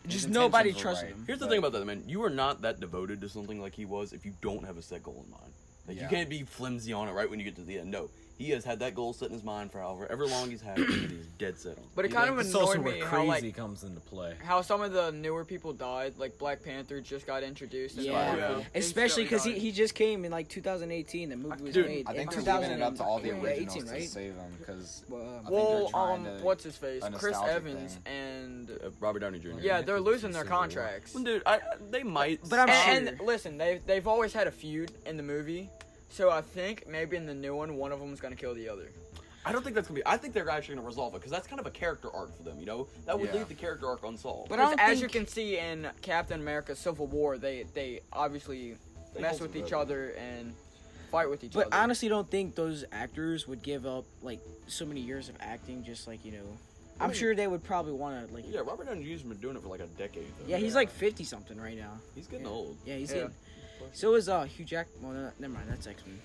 his Just intentions nobody were trusted right, him. Here's the but- thing about that, man. You are not that devoted to something like he was if you don't have a set goal in mind. Like you Yeah. can't be flimsy on it right when you get to the end. No, he has had that goal set in his mind for however ever long he's had, it, and [clears throat] he's dead set on. it. But it You kind think of That's also annoyed where me crazy how like comes into play. how some of the newer people died. Like Black Panther just got introduced. and Yeah. all that. Yeah. Especially because he, Instantly he just came in like 2018. The movie was Dude, made. I think in they're giving it up to all the 2018, originals to right? save him because. Well, um, I think they're Well, trying um, to- what's his face? a Chris nostalgic Evans thing. and Uh, Robert Downey Jr. yeah, they're losing Civil their War. contracts. Well, dude, I, uh, they might. But I'm and, sure. and listen, they've they've always had a feud in the movie, so I think maybe in the new one, one of them's gonna kill the other. I don't think that's gonna be. I think they're actually gonna resolve it because that's kind of a character arc for them. You know, that would Yeah. leave the character arc unsolved. But I Because don't as think- you can see in Captain America: Civil War, they they obviously They mess hold with some each grudges. other and fight with each But other. I honestly don't think those actors would give up like so many years of acting just like you know. I'm mean- sure they would probably want to like. yeah, Robert Downey Jr.'s been doing it for like a decade. Though. Yeah, he's like 50 something right now. he's getting yeah. old. Yeah, he's Yeah. in. So is uh Hugh Jack. Well, no, never mind. That's X [laughs] Men.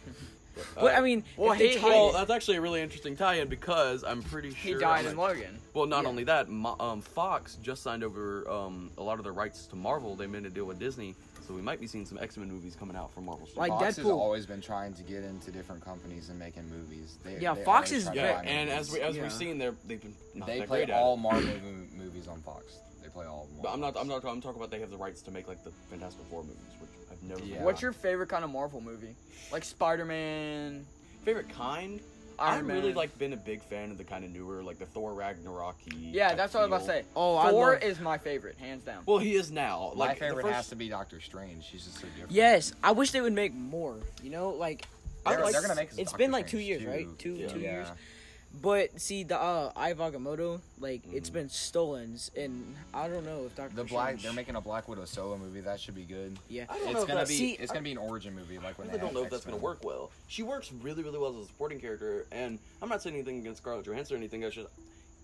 Uh, but I mean, well, if they he- tied well, it- uh, that's actually a really interesting tie-in because I'm pretty he sure died I'm in like- Logan. Well, not Yeah. only that, Mo- um, Fox just signed over um, a lot of their rights to Marvel. They made a deal with Disney, so we might be seeing some X-Men movies coming out from Marvel. soon. Like Fox has Deadpool. always been trying to get into different companies and making movies. They, Yeah, they Fox always is try to yeah, find and as we movies. as Yeah. we've seen, they're they've been not they that play great at all it. Marvel mo- movies on Fox. They play all. Marvel But I'm not. I'm movies. not. I'm talking about they have the rights to make like the Fantastic Four movies, which I've never. Yeah. What's your favorite kind of Marvel movie? Like Spider Man, favorite kind? Iron I've Man. really like been a big fan of the kind of newer, like the Thor Ragnarok. yeah, that's what I was about to say. Oh, I Thor love- is my favorite, hands down. Well, he is now. My Like the favorite first- has to be Doctor Strange. She's just so different. Yes, I wish they would make more. You know, like I they're, like- they're gonna make. us it's Doctor been like two Strange years, too. right? Two Yeah. two Yeah. years. But see, the uh, Ai Vagamoto, like it's Mhm. been stolen, s- and I don't know if Doctor Mm-hmm. The black. Strange- They're making a Black Widow solo movie. That should be good. Yeah, I don't know It's if gonna that- be. See, it's gonna be an origin movie. Like I when really they don't had know if that's going to X-Men. work well. She works really, really well as a supporting character, and I'm not saying anything against Scarlett Johansson or anything. I should.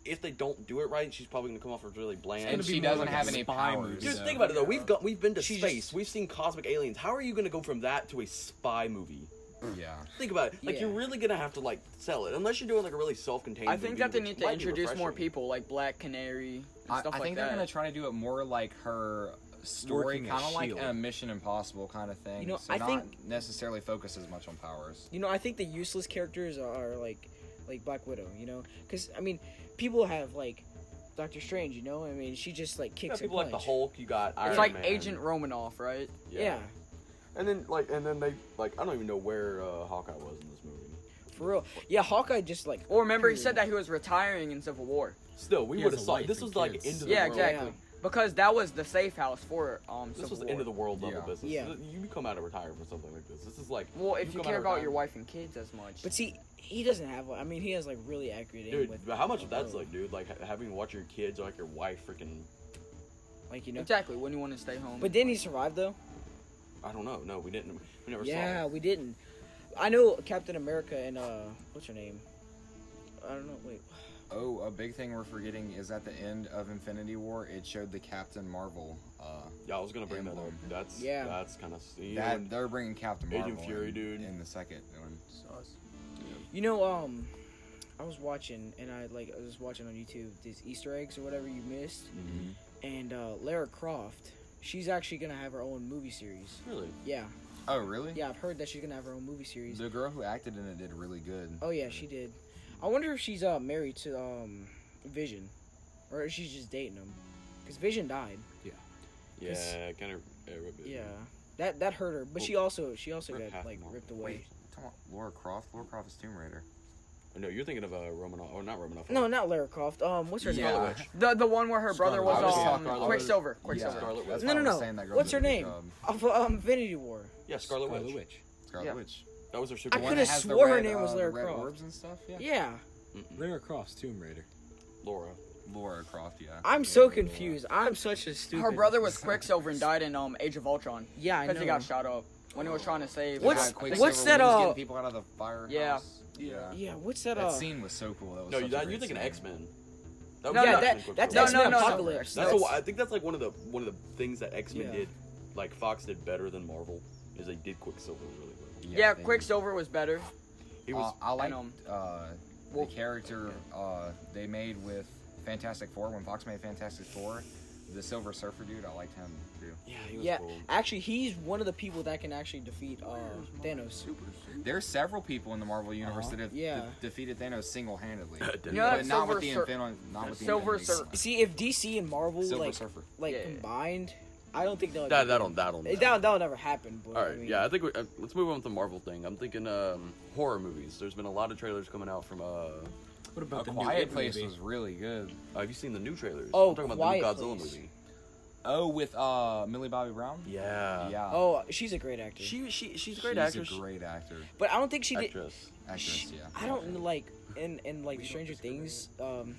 if they don't do it right, she's probably gonna come off as really bland. And gonna she be more doesn't like a have any spy powers. movie, Dude, though. think about it though. We've got we've been to She's space. just- We've seen cosmic aliens. How are you gonna go from that to a spy movie? Yeah. Think about it. Like Yeah. you're really gonna have to like sell it, unless you're doing like a really self-contained. I think movie, that they which need to might be introduce more refreshing. people, like Black Canary and I, stuff I like think that. they're gonna try to do it more like her story, Working as kind of like S.H.I.E.L.D.. a Mission Impossible kind of thing. You know, so I not think- necessarily focus as much on powers. You know, I think the useless characters are, are like like Black Widow. You know, because I mean, people have like Doctor Strange. You know, I mean, she just like You got kicks people and like the punch. Hulk. You got Iron it's like Man. Agent Romanoff, right? Yeah. And then like and then they like I don't even know where uh, Hawkeye was in this movie. for real. Yeah, Hawkeye just like. Or remember he said that he was retiring in Civil War. Still, we He would have has a saw wife this and was like kids. into the Yeah, world. exactly. Because that was the safe house for um This Civil was the War. end of the world level Yeah. business. Yeah. You come out of retirement for something like this. This is like well, if you, come out care of about your retirement- wife and kids as much. But see, he doesn't have. one. I mean, he has like really accurate aim Dude, with. but how much of that's like, dude? Like ha- having to watch your kids or like your wife freaking. Like you know. exactly, when you want to stay home. But didn't he survive though? I don't know. No, we didn't. We never Yeah, saw. it. we didn't. I know Captain America and uh, what's her name? I don't know. Wait, Oh, a big thing we're forgetting is at the end of Infinity War, it showed the Captain Marvel. Uh, Yeah, I was gonna bring that up. Emblem. That's Yeah. yeah. That's kind of see. that when- they're bringing Captain Agent Marvel. Fury, in, dude. In the second one. You know, um, I was watching and I like I was watching on YouTube these Easter eggs or whatever you missed, Mhm. mm-hmm. and uh, Lara Croft, she's actually gonna have her own movie series. really. Yeah, Oh, really? yeah, I've heard that she's gonna have her own movie series. The girl who acted in it did really good. Oh yeah, she did. I wonder if she's uh married to um Vision, or if she's just dating him, because Vision died. Yeah, kind of. Yeah, that that hurt her, but she also she also Rip got half like Marvel. ripped away. Come on, Laura Croft. Laura Croft is Tomb Raider. No, you're thinking of uh, Romanoff or not Romanoff. No, not Lara Croft. Um, what's her Scarlet name? Yeah. Witch. the the one where her brother Scarlet was, Witch. um Scarlet Witch. Quicksilver. Quicksilver. Scarlet Witch. that's No, why no, I was no. saying that girl What's did her a good name? job. Of um, Infinity War. Yeah, Scarlet, Scarlet Witch. Witch. Scarlet Yeah. Witch. That was her I super. The one coulda that has the swore her red, name was uh, Lara the red Croft. orbs and stuff. Yeah. Yeah. Lara Croft's Tomb Raider. Laura. Laura Croft. Yeah. I'm so confused. I'm such a stupid. Her brother [laughs] was Quicksilver and died in um Age of Ultron Yeah, I know. because he got shot up when he was trying to save. What's- uh, Yeah, Quicksilver what's that, was uh, Getting people out of the firehouse. Yeah. Yeah. Yeah, what's that? That Uh, scene was so cool. That was No, such you, a that, great you're thinking scene. X Men. No, yeah, that- that's No, no, X-Men no, no. Apocalypse. That's That's- why I think that's like one of the one of the things that X Men Yeah. did, like Fox did better than Marvel, is they did Quicksilver really well. Yeah, they- Quicksilver was better. He was Uh, I like um, uh, the well- character uh, they made with Fantastic Four when Fox made Fantastic Four. The Silver Surfer dude, I liked him too. yeah, he was yeah, cool. actually, he's one of the people that can actually defeat uh, Thanos. There's several people in the Marvel universe that have Yeah. de- defeated Thanos [laughs] single-handedly. You know that but not Silver with the Sur- Infinity, not with the Silver Infinity Sur- Gauntlet. See, if DC and Marvel Silver like Surfer. like Yeah. combined, I don't think they'll. That that'll that'll. Eh, That'll, that'll never happen. But, All I right, mean, yeah, I think we, uh, let's move on with the Marvel thing. I'm thinking um, horror movies. There's been a lot of trailers coming out from. Uh, uh, What A about the new Quiet It Place movie? was really good. have you seen the new trailers? Oh, I'm talking about Quiet the new Godzilla Place. movie. Oh, with uh, Millie Bobby Brown. Yeah, Yeah. Oh, she's a great actor. She she she's a she's great actress. A great actor. but I don't think she did. actress. Sh- Actress. Yeah. I don't like in in like Stranger Things, um,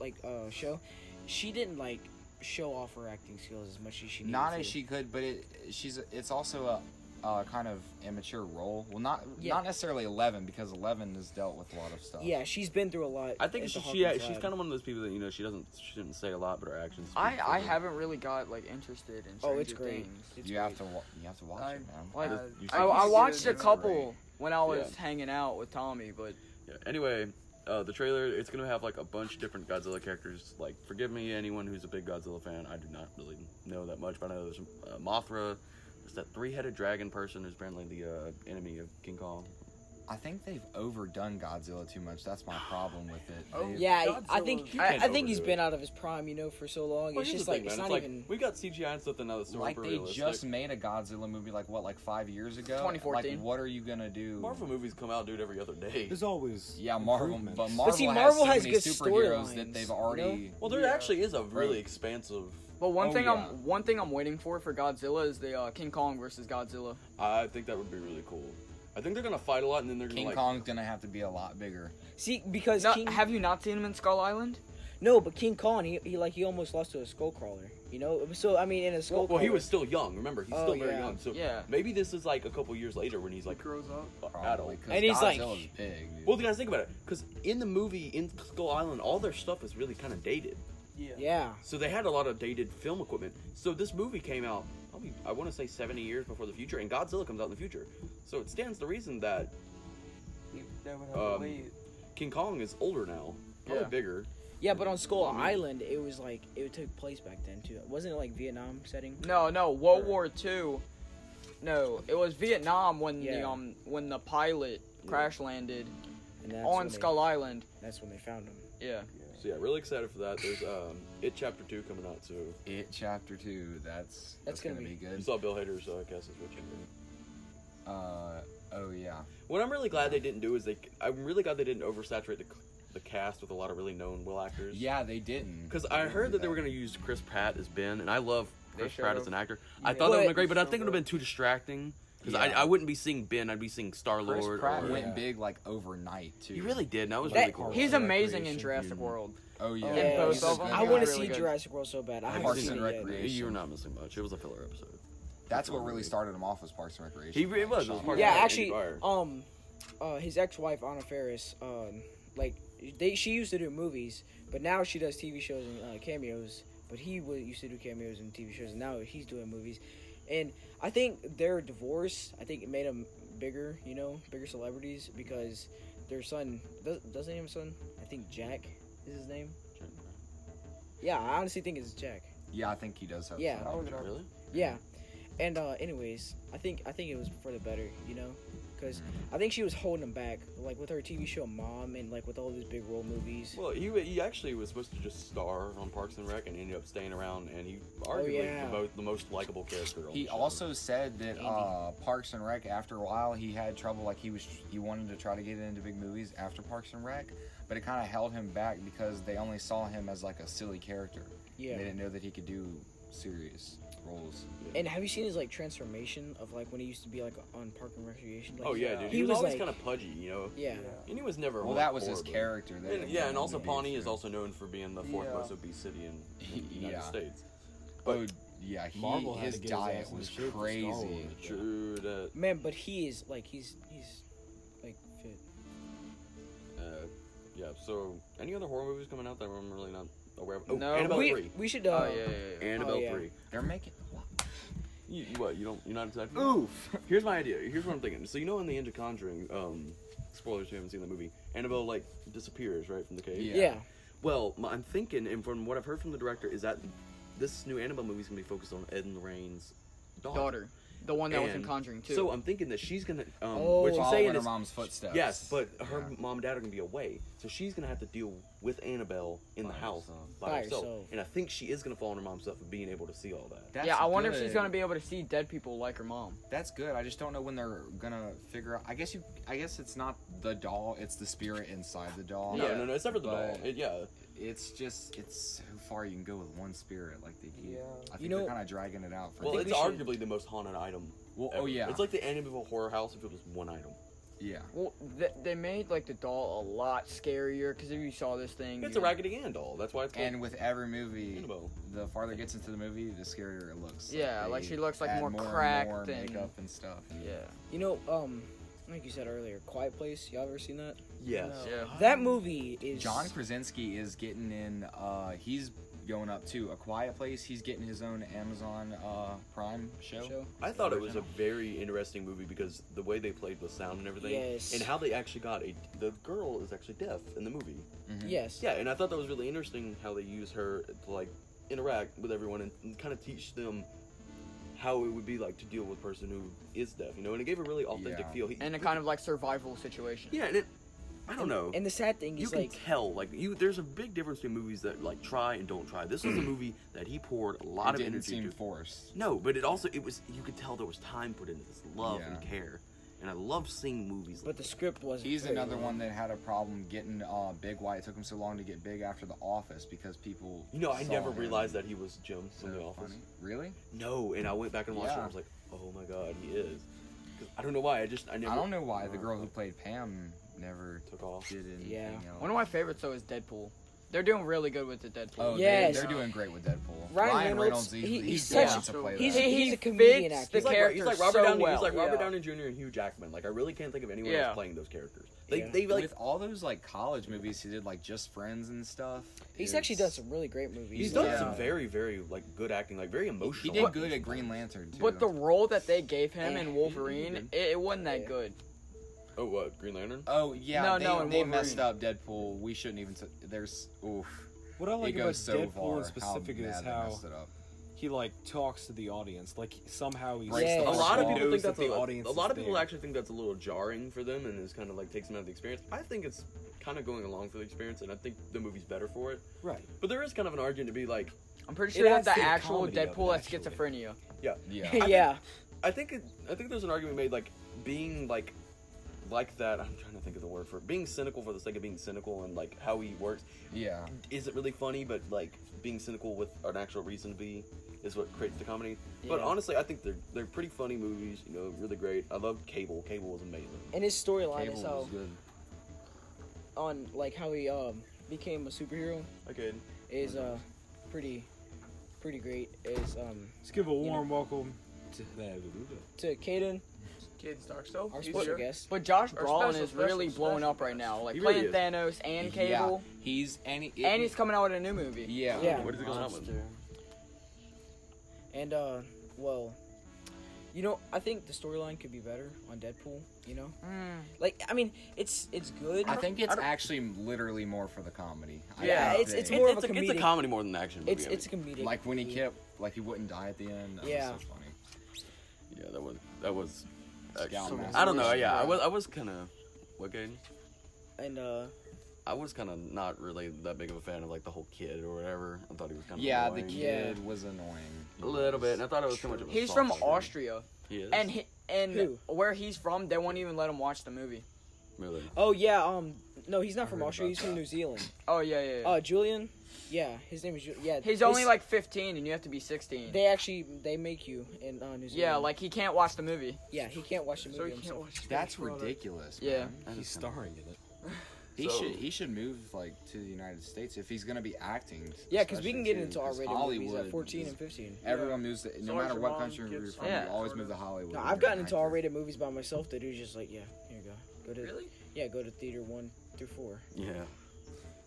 like uh show. She didn't like show off her acting skills as much as she needed not to. as she could, but it she's it's also a, a kind of immature role. Well, not Yeah. not necessarily Eleven because Eleven has dealt with a lot of stuff. Yeah, she's been through a lot. I think as she, the she Hawkins she's lab. kind of one of those people that you know she doesn't she didn't say a lot, but her actions. speak I for I her. haven't really got like interested in. Oh, it's Stranger great. Things. It's you great. have to wa- you have to watch I- it, man. Like, You uh, should I, I watch I can it. see watched it. a It's couple great. when I was Yeah. hanging out with Tommy, but Yeah. Anyway, uh, the trailer it's gonna have like a bunch of different Godzilla characters. Like, forgive me, anyone who's a big Godzilla fan. I do not really know that much, but I know there's uh, Mothra. There's that three-headed dragon person who's apparently the uh, enemy of King Kong. I think they've overdone Godzilla too much. That's my problem with it. Oh, They've- Yeah, Godzilla. I, I think You I, can't I think he's overdo been it. out of his prime, you know, for so long. it's here's just the like thing, man. it's not even. we got CGI and stuff, and now it's super Like they realistic. just made a Godzilla movie, like what, like five years ago? 2014. Like, what are you gonna do? Marvel movies come out, dude, every other day. There's always Yeah, Marvel, improvements. but Marvel, see, has, Marvel so has many good superheroes storylines, that they've you already. Well, there Yeah. actually is a really Right. expansive. but one Oh, thing yeah. I'm one thing I'm waiting for for Godzilla is the uh, King Kong versus Godzilla. I think that would be really cool. I think they're gonna fight a lot, and then they're gonna King like. Kong's gonna have to be a lot bigger. See, because No, King, have you not seen him in Skull Island? no, but King Kong, he, he like he almost lost to a skull crawler. You know, so I mean, in a school. Well, he culture- was still young. Remember, he's Oh, still very yeah. young. So Yeah. maybe this is like a couple years later when he's like grows up. adult. 'cause And he's like- Godzilla's big, dude. Well, you guys think about it, because in the movie in Skull Island, all their stuff is really kind of dated. Yeah. Yeah, So they had a lot of dated film equipment. So this movie came out, probably, I want to say 70 years before the future, and Godzilla comes out in the future. So it stands to reason that You- That would have Um, weight. King Kong is older now, probably Yeah. bigger. yeah, but on Skull I mean- Island, it was like it took place back then too. Wasn't it like Vietnam setting? No, no, World War Two. No, it was Vietnam when the Yeah. um when the pilot crash landed And that's when on they- Skull Island. That's when they found him. Yeah. So yeah, really excited for that. There's um, It Chapter 2 coming out, too. It chapter two. That's that's, gonna, be, You good. saw Bill Hader, so I guess it's what you did. Uh, oh yeah. What I'm really glad they didn't do is they. I'm really glad they didn't oversaturate the, the cast with a lot of really known Will actors. Yeah, they didn't. Because I didn't do heard that they were going to use Chris Pratt as Ben, and I love They Chris showed Pratt him. as an actor. I thought that would have been But- great, but I They think it showed would have been him. too distracting. Because Yeah. I, I wouldn't be seeing Ben, I'd be seeing Star Chris Lord. Pratt or- went yeah. big like overnight too. He really did, and that was That- really cool. He's Parks and amazing in Recreation, Jurassic dude. World. Oh yeah. Yeah, And both he's of good. them I are want to really see good. Jurassic World so bad. I haven't Parks seen and it yet. Recreation. You're not missing much. It was a filler episode. That's what really started him off was Parks and Recreation. He really like, was. It Sean was Parks Yeah, and Rec, actually, Andy Dwyer. um, uh, his ex-wife Anna Faris, um, like they she used to do movies, but now she does TV shows and uh, cameos. But he wa used to do cameos and TV shows, and now he's doing movies. And I think their divorce, I think it made them bigger, you know, bigger celebrities because their son does, doesn't he have a son? I think Jack is his name. Yeah, I honestly think it's Jack. Yeah, I think he does have. Yeah. some. Really? Yeah, and uh, anyways, I think I think it was for the better, you know, because Mm-hmm. I think she was holding him back, like with her TV show Mom and like with all these big role movies. Well, he, he actually was supposed to just star on Parks and Rec and ended up staying around, and he arguably yeah. the, mo- the most likable character. On Oh, He the show. also said that Andy. uh, Parks and Rec. After a while, he had trouble. Like he was, he wanted to try to get into big movies after Parks and Rec, but it kind of held him back because they only saw him as like a silly character. Yeah. They didn't know that he could do serious roles. And have you seen his like transformation of like when he used to be like on Park and Recreation? Like, Oh yeah, Yeah. dude. He He, was, was always like- kind of pudgy, you know. Yeah. And he was never. Well, like that was his horribly- character. That And, yeah, and also Yeah. Pawnee is also known for being the fourth Yeah. most obese city in, in the United Yeah. States. Oh, yeah, he, Marvel had his to get his diet ass in was shape for Star crazy. Wars. True that. man, but he is like he's he's like fit. Uh, yeah. So, any other horror movies coming out that I'm really not aware of? Oh, No. Annabelle we three. we should. Oh Uh, yeah, yeah, yeah. Annabelle Oh, yeah. three. They're making. You, you what? You don't? You're not excited? Oof. [laughs] Here's my idea. Here's what I'm thinking. So you know, in the End of Conjuring, um, spoilers if you haven't seen that movie, Annabelle like disappears right from the cave. Yeah. Yeah. Well, my, I'm thinking, and from what I've heard from the director, is that this new Annabelle movie is gonna be focused on Ed and Lorraine's daughter. Daughter, the one that was in And Conjuring too. So I'm thinking that she's gonna. Um, Oh, which I'm Follow saying in her is- mom's footsteps. Yes, but her Yeah. mom and dad are gonna be away, so she's gonna have to deal with Annabelle in the By house herself. by, By herself. herself. And I think she is gonna fall on her mom's stuff of being able to see all that. That's yeah, I wonder if good. she's gonna be able to see dead people like her mom. That's good. I just don't know when they're gonna figure out. I guess you. I guess it's not the doll. It's the spirit inside the doll. No, no, no, it's never the doll. But- It- yeah, It's just. It's so far you can go with one spirit. Like they keep. Yeah. I think You know- they're kind of dragging it out for. well, me. it's arguably the most haunted item. Well, oh ever. yeah. it's like the Annabelle horror house if it was one item. yeah. Well, th- they made like the doll a lot scarier because if you saw this thing, It's you- a Raggedy Ann doll. That's why it's called And with every movie, Annabelle. the farther it gets into the movie, the scarier it looks. Yeah, they like she looks, like, add more and cracked more and- makeup and stuff. Yeah, You know, um, like you said earlier, Quiet Place. Y'all ever seen that? Yes. yeah. That movie is John Krasinski is getting in. Uh, he's going up to a quiet place. He's getting his own Amazon uh, Prime show. show. I thought it was a very interesting movie because the way they played with sound and everything, Yes. and how they actually got a the girl is actually deaf in the movie. Mhm. Yes. Yeah, and I thought that was really interesting how they use her to like interact with everyone and, and kind of teach them how it would be like to deal with a person who is deaf, you know. And it gave a really authentic Yeah. feel. He- In a kind of like survival situation. yeah, and it, I don't know. And the sad thing you is can like tell, like you, there's a big difference between movies that like try and don't try. This was a movie that he poured a lot Mm. it of didn't energy seem into. forced. No, but it also it was you could tell there was time put into this love and Yeah. care, and I love seeing movies. but like the script wasn't He's very another well. one that had a problem getting uh, big. Why it took him so long to get big after The Office because people. you know, I saw never him. realized that he was Jim So from The Office. funny. Really? No, and I went back and watched it. and I Yeah. was like, oh my god, he is. 'Cause I don't know why. I just I never. I don't know why the girl who played Pam never uh, took off. did anything Yeah. else. One of my favorites though is Deadpool. They're doing really good with the Deadpool. Oh, Yes. they, they're doing great with Deadpool. Ryan Reynolds, Reynolds, he- he, he's he's such- to play he's- that. he's He a comedian fits actor. the He's He's like, character he's like Robert so Downey. well. He's like Robert Yeah. Downey Jr. and Hugh Jackman. Like I really can't think of anyone Yeah. else playing those characters. They Yeah. they like with all those like college movies he did, like Just Friends and stuff. He's it's- actually done some really great movies. he's he's done like- some Yeah. very very like good acting, like very He emotional. did good at Green Lantern too. But the role that they gave him Eh, in Wolverine, it, it wasn't that Yeah. good. Oh what Green Lantern? oh yeah, No, they, no, in they messed Wolverine. up Deadpool. We shouldn't even. T- there's oof. What I like it about goes so Deadpool far. in specific how is bad they how messed it up. he like talks to the audience. Like somehow he's Breaks the Yeah. A Or lot of people small. knows think that's that a, the audience. a lot of is people there. actually think that's a little jarring for them and is kind of like takes them out of the experience. I think it's kind of going along for the experience, and I think the movie's better for it. right. But there is kind of an argument to be like, I'm pretty It sure that's adds to the the actual comedy of it, Deadpool that's actually. schizophrenia. Yeah. [laughs] yeah. I think it, I think there's an argument made like being like like that. I'm trying to think of the word for it. being cynical for the sake of being cynical and like how he works. Yeah. Is it really funny? But like being cynical with an actual reason to be is what creates the comedy. But Yeah. honestly, I think they're they're pretty funny movies. You know, really great. I love Cable. Cable was amazing. And his storyline Cable is was how good. on like how he um became a superhero Okay. is uh pretty pretty great. Is um Let's give a warm welcome to that. to Caden, Kid Starkstove. our he's special here. guest. But Josh Or Brolin special, is special, really special blowing up right guys. now. Like He really playing Thanos and Cable, Yeah. He's and he, and he's coming out with a new movie. yeah. Yeah. What is it going on with? And uh well, you know, I think the storyline could be better on Deadpool, you know? Mm. Like I mean, it's it's good. I think I it's don't- actually literally more for the comedy. I Yeah, think it's- it's they- more of it's, a a, it's a comedic- comedy more than an action movie. it's I mean. it's comedic. like when he kept like he wouldn't die at the end. That Yeah. Was so funny. yeah. That was that was. uh, Scout some- Master. I don't know. Yeah, I was I was kind of what game? and uh I was kind of not really that big of a fan of like the whole kid or whatever. I thought he was kind of Yeah, the annoying. kid was annoying. A little bit, and I thought it was too much of a He's from soft shoe. Austria, He is? and he, and Who? where he's from, they won't even let him watch the movie. really? oh yeah, um no, he's not from heard Austria, about he's from that. New Zealand. Oh yeah, yeah. yeah. Uh Julian? Yeah, his name is Ju- yeah. he's his- only like 15, and you have to be 16. they actually they make you in uh, New Zealand. yeah, like he can't watch the movie. yeah, he can't watch the movie So he can't himself. watch. That's ridiculous. Yeah. man. That He's is kinda- starring in it. He So- should he should move like to the United States if he's gonna be acting. Yeah, because we especially, can get too, into R 'cause rated movies Hollywood at 14 is- and 15. Everyone moves to, no So matter your what mom country gives you're from, Yeah. you always move to Hollywood. No, when I've you're gotten an into actor. R rated movies by myself that is just like, yeah, here you go. Go to Really? yeah, go to theater one through four. Yeah.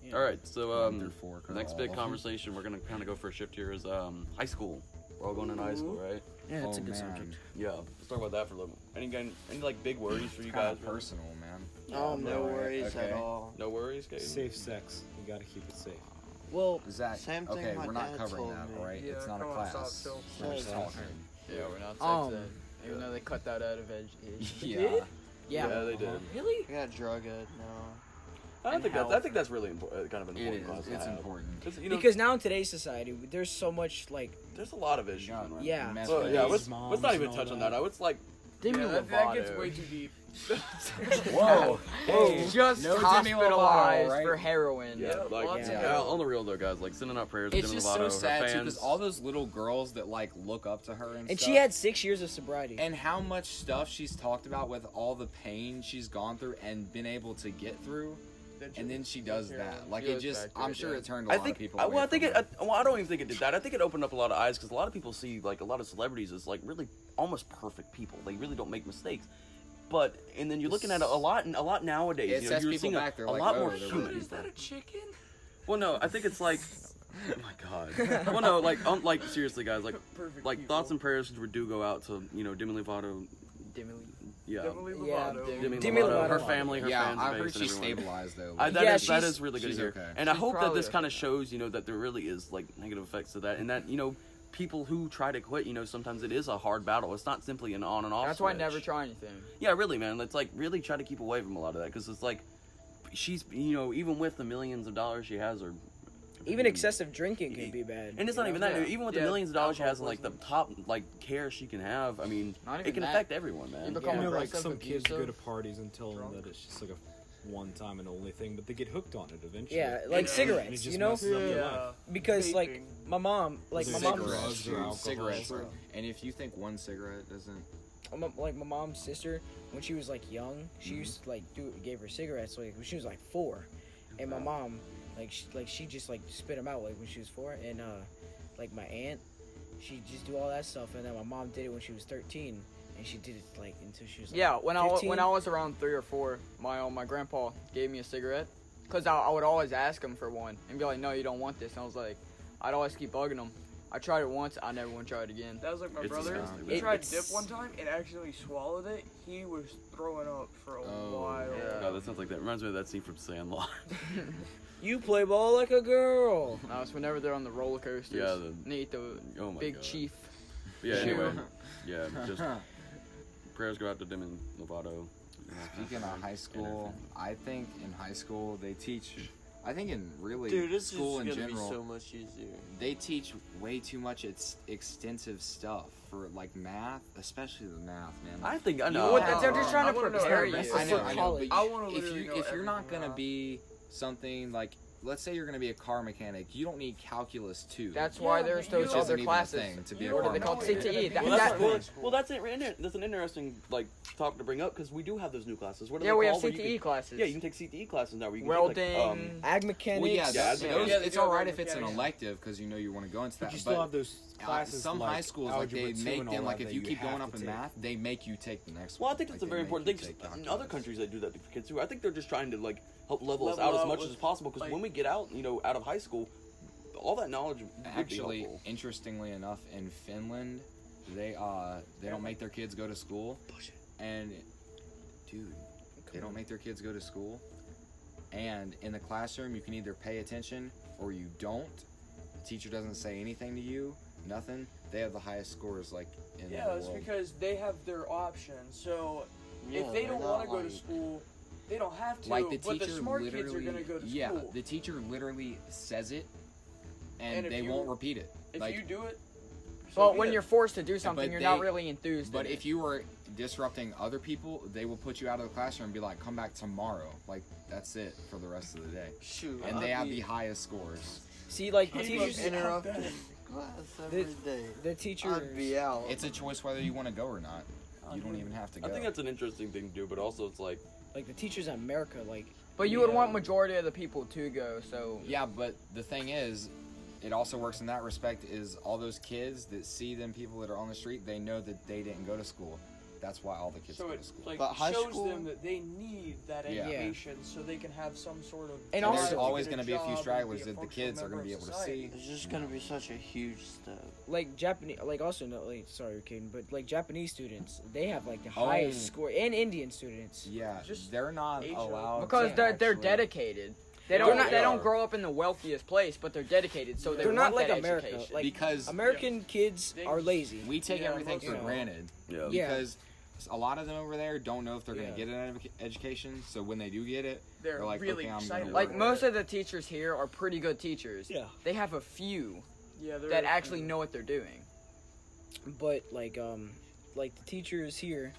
Yeah. All right, so One through um, four, 'cause next all big of them. conversation we're gonna kind of go for a shift here is um high school. We're all going into high school, right? Yeah, oh, man. Yeah. Let's talk about that for a little. Any gun- any like big worries for you It's guys? kind of really? personal, man. Oh, Um, no worries Okay. at all. No worries, Gabe? Safe sex. You gotta keep it safe. Well, Zach, Same thing okay, my we're not dad covering told that, me. all right? Yeah, it's not a come on, class. stop, chill. We're just Chill. talking. Yeah, we're not Um, even though they cut that out of education. [laughs] Yeah. yeah. they did. Really? I got drug ed now. I don't And think that's, I health. think that's really important. Kind of an It important. is. cause to It's have. important. 'Cause, you know, because now in today's society, there's so much like there's a lot of issues. God, right? Yeah. mess Well, with yeah. it. [laughs] Let's, Moms let's not and even all touch on that. that. I was like, Demi Yeah, that, that gets [laughs] Lovato. [laughs] way too deep. Whoa. Hey, just no Demi hospitalized Lovato, right? for heroin. yeah, like lots of- yeah, on the real though, guys. Like sending out prayers. to It's Demi just Lovato, so her sad too, fans. because all those little girls that like look up to her and, and stuff, she had 6 years of sobriety. and how much stuff she's talked about with all the pain she's gone through and been able to get through, and then she does that. Like She it goes just, back to I'm it, sure yeah. it turned a I lot think. of people. I, away well, I think. from It, uh, I, well, I don't even think it did that. I think it opened up a lot of eyes because a lot of people see like a lot of celebrities as like really almost perfect people. They really don't make mistakes. But and then you're looking at it a lot and a lot nowadays. It you know, sets you're people seeing a- back, they're a, like, lot "Oh, more they're human. really Is that a chicken? Well, no, I think it's like. Oh my god. Well, no, like, um, like seriously, guys, like, Perfect like people. thoughts and prayers do go out to you know Demi Lovato. Demi Lovato. Yeah, Demi Yeah, Lovato. Demi- Demi, Demi Lovato, her Lovato. family, her yeah, fans. I base heard and she's everyone. stabilized though. I, that Yeah, is- that she's- is really good to she's hear, okay. and I She's hope that probably this kind of okay. shows you know that there really is like negative effects to that, and that you know people who try to quit, you know, sometimes it is a hard battle. It's not simply an on and off. That's why I switch. never try anything. Yeah, really, man. Let's like really try to keep away from a lot of that because it's like she's you know even with the millions of dollars she has or even excessive drinking can be bad. and it's not you even know? that. Yeah. Even with the Yeah, millions of dollars she has, and alcohol like the top like care she can have, I mean, Not even it can that. affect everyone, man. You You become know, a like breakup some kids go to abusive. parties and tell them that it's just like a one time and only thing, but they get hooked on it eventually. Yeah, like And it cigarettes, just you know? messes up their life. Because like Vaping. my mom, like my Cigarettes. mom's, cigarettes, Drugs or alcohol. dude, cigarettes. are- And if you think one cigarette doesn't, my- like my mom's sister, when she Mm-hmm. was like young, she used to like do gave her cigarettes like when she was like four, and my mom Like she, like she just like spit them out like when she was four, and uh, like my aunt, she just do all that stuff, and then my mom did it when she was thirteen, and she did it like until she was like, Yeah, when I wa- 15? when I was around three or four, my uh, my grandpa gave me a cigarette, cause I, I would always ask him for one and be like, no, you don't want this, and I was like, I'd always keep bugging him. I tried it once, I never want to try it again. That was like my It's brother. disgusting. [laughs] He It- tried it's- dip one time and actually swallowed it. He was throwing up for a Oh, while. yeah. God, that sounds like that. Reminds me of that scene from Sandlot. you play ball like a girl. No, it's whenever they're on the roller coasters. Yeah, the- and they eat the Oh my big god. chief. Yeah. shoe. Anyway. Yeah. Just prayers go out to Demi Lovato. Speaking of high school, I think in high school they teach. I think in really Dude, this school is in gonna general, be so much easier. they teach way too much ex- extensive stuff for like math, especially the math, man. I think I know. know. What, they're just trying I to wanna know prepare everything. you. I know, I know, but I you- wanna if literally you know if you're not everything gonna about- be something like let's say you're gonna be a car mechanic, you don't need calculus two. That's why Yeah, there's but those which isn't other even a classes. thing to be a You don't What car are they called? know it. mechanic. CTE. That, Well, that's, that- well, well, that's an inter- that's an interesting like topic to bring up because we do have those new classes. What are yeah, they we have called? Where you CTE can- classes. Yeah, you can take CTE classes now. Where you can Welding. Take, like, um, Ag mechanics. Well, yeah, Yeah, those, yeah. those- Yeah, it's they do all have right ag if it's an mechanics. elective because you know you want to go into that. But you still But have those uh, classes. some like high schools, like algebra they two make and them all like that if that you keep have going to up in take. math, they make you take the next one. Well, I think that's Like, a very they make important thing. you 'cause take in calculus. other countries, they do that for kids too. I think they're just trying to like help level us Level out as out much with, as possible. Because like- when we get out, you know, out of high school, all that knowledge would be Actually, helpful. interestingly enough, in Finland, they uh they don't make their kids go to school. And dude, they don't make their kids go to school. And in the classroom, you can either pay attention or you don't. The teacher doesn't say anything to you, nothing. They have the highest scores like in Yeah, the it's world. because they have their option. So Yeah, if they they're don't not want to go to like- school, they don't have to. like the but teacher the smart literally, kids are going to go to yeah, school. the teacher literally says it, and, And if they you- won't repeat it. if like, you do it, so well, be when it. you're forced to do something, But you're not they- really enthused. But in if it. you were disrupting other people, they will put you out of the classroom and be like, come back tomorrow. Like, that's it for the rest of the day. Shoot. And they I'd have be- the highest scores. See, like the I'd be teachers, [laughs] interrupted class every This- day. the teachers. I'd be out. It's a choice whether you want to go or not. You don't even have to go. I think that's an interesting thing to do, but also it's like like the teachers in America, like But you would want majority of the people to go. So yeah, but the thing is, it also works in that respect is all those kids that see them people that are on the street, they know that they didn't go to school. That's why all the kids so go to it school. like But high shows school- them that they need that Yeah. Yeah. education so they can have some sort of. And And also- there's to get always going to be a few stragglers that the kids are going to be able to see. It's just gonna be such a huge step. like Japanese, like also no, like sorry, Caden, but like Japanese students, they have like the Oh. highest score, and Indian students. Yeah, Just they're not age allowed. because Yeah, they're they're actually- dedicated. They Yeah, don't they they don't are. grow up in the wealthiest place, but they're dedicated. So they They're not want like that America. education. Like because American kids They- are lazy. we take Yeah, everything for most- granted yeah, Yeah. because a lot of them over there don't know if they're going Yeah. to get an edu- education. So when they do get it, They're They're like, really okay, I'm gonna excited. work. Like most of the teachers here are pretty good teachers. Yeah. They have a few yeah, they're- that actually know what they're doing. but like um, like the teachers here,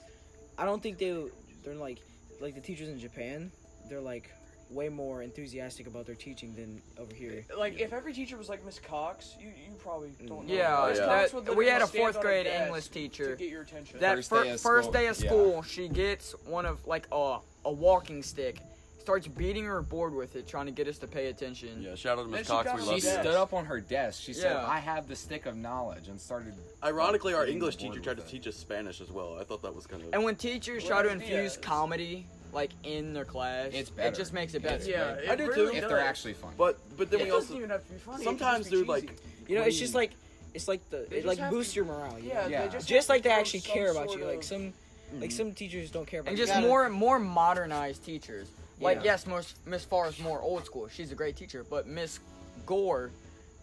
I don't think they they're like like the teachers in Japan. They're like way more enthusiastic about their teaching than over here. Like if every teacher was like Miss Cox, you you probably don't. know. Yeah, Miss yeah. Cox that- would we literally had a stand fourth on grade desk English teacher to get your attention. That First fir- day of first school, day of yeah. school, she gets one of like a a walking stick, starts beating her board with it, trying to get us to pay attention. yeah. Shout out to Then Miss she Cox. got We on love she you. the desk. stood up on her desk. She said, Yeah. "I have the stick of knowledge," and started. Ironically, our beating English the board teacher tried to with it. teach us Spanish as well. I thought that was kind of. And when teachers Well, try to that's- yeah, infuse it's- comedy like in their class, It's it better. just makes it It's better. yeah, Like, it I do really too. if does. they're actually fun. but but then it we doesn't also even have to be funny. it sometimes just they're be like cheesy. You know, it's Wait. just like it's like the They it just like have boosts to- your morale. you yeah, know? Yeah. They just, just have like to they show actually some care about sort you. Like of- some like some teachers don't care about Mm-hmm. and you. just gotta- more more modernized teachers. Like Yeah. yes, Miss Miss Farr is more old school. She's a great teacher, but Miss Gore,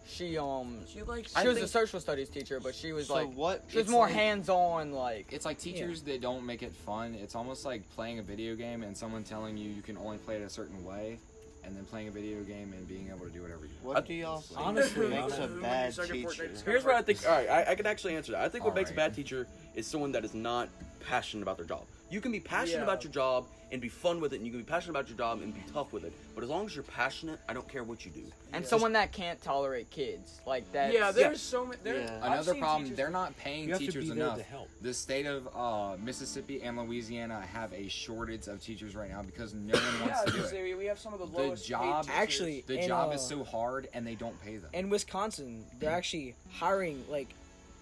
she um She likes. she was a social studies teacher, but she was so like what? she was it's more like- hands on. Like It's like teachers that don't make it fun. It's almost like playing a video game and someone telling you you can only play it a certain way, and then playing a video game and being able to do whatever you want. What do y'all think Honestly, makes a honestly, bad Zuckerberg teacher? makes- Here's what I think. All right, I, I can actually answer that. I think what All makes a right. bad teacher is someone that is not passionate about their job. You can be passionate Yeah. about your job and be fun with it, and you can be passionate about your job and be tough with it. But as long as you're passionate, I don't care what you do. And Yeah. someone that can't tolerate kids, like that. yeah, there's so many. There, Yeah. I've Another seen problem, teachers- they're not paying You have to teachers be there enough. to help. The state of uh, Mississippi and Louisiana have a shortage of teachers right now because no one Yeah, wants to do because it. they- we have some of the The lowest. paid job- teachers. Actually, The and, job uh, is so hard and they don't pay them. in Wisconsin, they're actually hiring like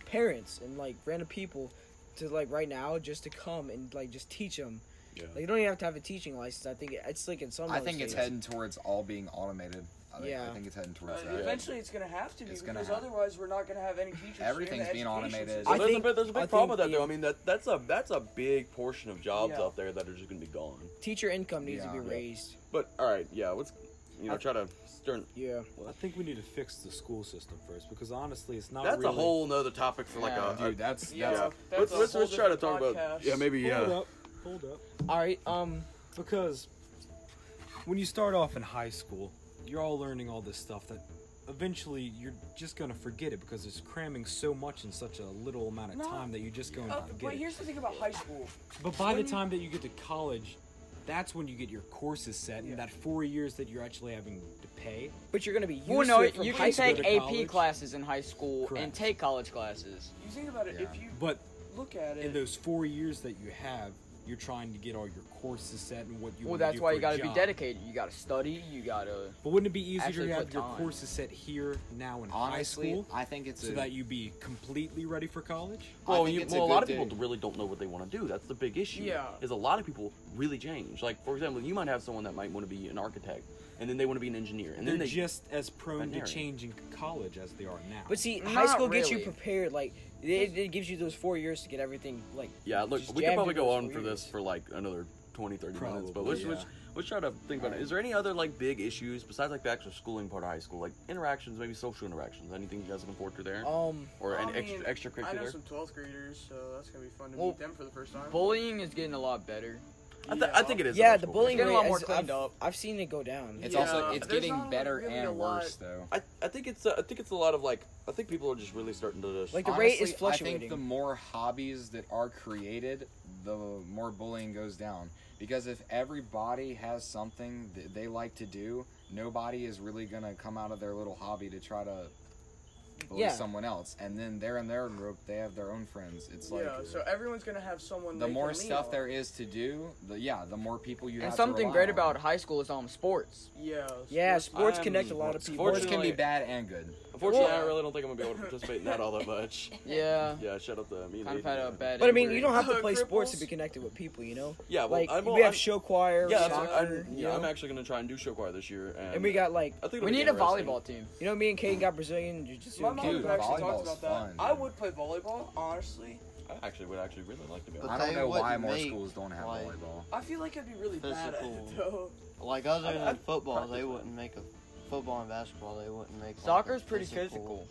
parents and like random people to like right now just to come and like just teach them. Yeah. Like you don't even have to have a teaching license. I think it's like in some. I other think it's states. heading towards all being automated. I think, I Yeah. think it's heading towards Uh, that. eventually, it's gonna have to be It's gonna because happen. otherwise, we're not gonna have any teachers. in the Everything's being education automated. system. So I there's, think- a bit, there's a I big think problem with that, the- though. I mean, that that's a that's a big portion of jobs Yeah. out there that are just going to be gone. Teacher income needs to be Yeah. raised. But all right, yeah, let's you know try to stern. Yeah. I think we need to fix the school system first because honestly, it's not. That's really, a whole nother topic for like Yeah, a, dude, a that's Yeah. that's yeah. that's let's a let's, whole let's try to talk different about podcast. yeah maybe Hold yeah. up, hold up. All right. Um. Because when you start off in high school, you're all learning all this stuff that eventually you're just going to forget it because it's cramming so much in such a little amount of No. time that you're just going Oh, Uh, to forget but it. here's the thing about high school. But by the when- time that you get to college, that's when you get your courses set Yeah. and that four years that you're actually having to pay. But you're gonna be used Well, no, to it from you high can school. take to AP college. classes in high school and Correct. take college classes. You think about it. If Yeah. you But look at in it, those four years that you have, you're trying to get all your courses set and what you. Well, wanna that's do why for you a got to be job. dedicated. You got to study. You got to. But wouldn't it be easier Actually to put have your time. courses set here now in high honestly. school I think it's so a, that you be completely ready for college? I Well, think you, it's well, a, lot of good people thing. really don't know what they want to do. That's the big issue. Yeah. Is a lot of people really change. Like for example, you might have someone that might want to be an architect, and then they want to be an engineer, and They're then they just as prone to veterinarian. changing college as they are now. But see, Not high school gets you really. prepared. Like it, it gives you those four years to get everything. Like yeah. Look, just we jammed could probably into go those on four for this years. for like another 20, 30 minutes. But Probably, let's, yeah. let's let's try to think about it. Is there any other like big issues besides like the actual schooling part of high school, like interactions, maybe social interactions? Anything you guys looking forward to there, Um. or I any mean, extra I know extracurricular? some 12th graders, so that's gonna be fun to Well, meet them for the first time. Bullying is getting a lot better. I, th- I think it is. Yeah, the about school. bullying Getting a rate. lot more has- cleaned I've, up. I've seen it go down. It's Yeah, also it's there's getting not better really a and lot- worse though. I, I think it's uh, I think it's a lot of like I think people are just really starting to just Like, the rate is Honestly, I fluctuating. think the more hobbies that are created, the more bullying goes down. Because if everybody has something that they like to do, nobody is really gonna come out of their little hobby to try to bully Yeah. someone else. And then they're in their group, they have their own friends. It's like yeah, so everyone's gonna have someone. the they more can lean stuff on. there is to do, the yeah, the more people you and have. something to great about high school is um sports. Yeah. yeah, sports- sports I'm- connect a lot of people. sports can be Fortunately- bad and good. Unfortunately, Well- I really don't think I'm gonna be able to participate in that all that much. Yeah. Yeah, shut up the me and Kind of Aiden, had a yeah. bad. But I mean, injury. you don't have to Uh, play sports cripples. to be connected with people, you know. Yeah, well, like I'm, we well, have I'm- show choir, yeah, that's soccer, what I'm, you yeah, know? I'm actually gonna try and do show choir this year, and, and we got like I think it'll We be need a interesting. volleyball team. you know me and Kane got Brazilian jiu-jitsu. My and mom kickball. Dude, actually talks volleyball's about that. fun, I dude. would play volleyball, honestly. I actually would actually really like to go. But I tell don't you know what, why you more make, schools don't have like- volleyball. I feel like I'd be really bad at Physical. it though. Like other I- than I'd football, practice they that. wouldn't make a football and basketball. They wouldn't make like, Soccer's a pretty physical.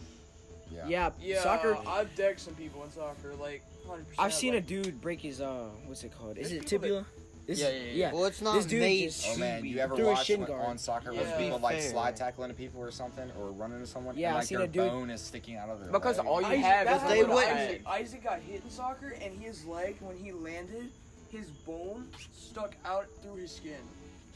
Yeah. yeah, Yeah, soccer. I've decked some people in soccer, like 100. percent I've seen a like, dude break his uh, what's it called? Is There's it people tibula? Is- Yeah, yeah, yeah. Well, it's not This dude made just- Oh to man, be- you ever Through a watch shin when- guard. on soccer Yeah. when Let's be people like fair. slide tackling to people or something or running to someone? Yeah, and, I like seen their a dude- bone is sticking out of their Because leg. all you Isaac, have that is they a happened little to wouldn't. Isaac. bag. Isaac got hit in soccer, and his leg, when he landed, his bone stuck out through his skin.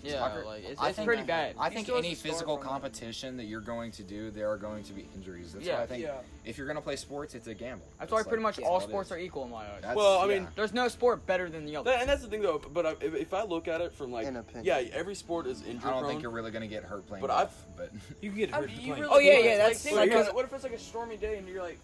Yeah, Soccer- like it's, I it's think- pretty bad. I he think still has any a scar physical from it. competition that you're going to do, there are going to be injuries. That's why Yeah. I think Yeah. if you're gonna play sports, it's a gamble. That's why It's pretty like- much all that's sports what are it is. equal in my eyes. That's- Well, I yeah. mean, There's no sport better than the other. That- and that's the thing though. But I, if, if I look at it from like, An opinion. yeah, every sport is injury I don't prone. think you're really gonna get hurt playing. But But I've- golf, but [laughs] You can get I hurt mean, for you playing really Oh, yeah, can't. yeah, Like, that's- think like, about 'cause- it. what if it's like a stormy day and you're like,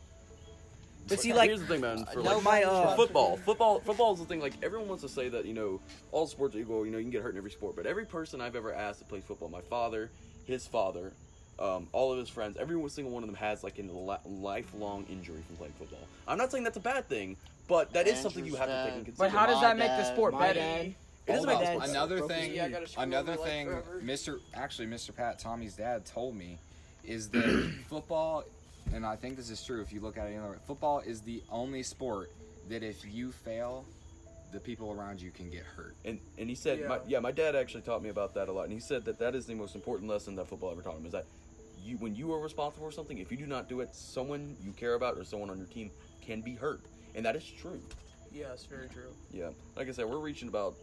But see, like, here's the thing, man. For, no like, my, for uh, football, football, football is the thing. Like everyone wants to say that you know all sports are equal. You know you can get hurt in every sport, but every person I've ever asked to play football, my father, his father, um, all of his friends, every single one of them has like a li- lifelong injury from playing football. I'm not saying that's a bad thing, but that is something you have to take in Andrew's but consideration. how does My that make the dad- sport my better? dad. It doesn't my make dad's sense. another broke his thing, knee. I gotta screw another with my leg thing, forever. Mr. Actually, Mr. Pat Tommy's dad told me is that football, and I think this is true. If you look at it another way, football is the only sport that if you fail, the people around you can get hurt. And, and he said, Yeah. My, yeah, my dad actually taught me about that a lot. And he said that that is the most important lesson that football ever taught him is that you, when you are responsible for something, if you do not do it, someone you care about or someone on your team can be hurt. And that is true. Yes, very true. Yeah. Like I said, we're reaching about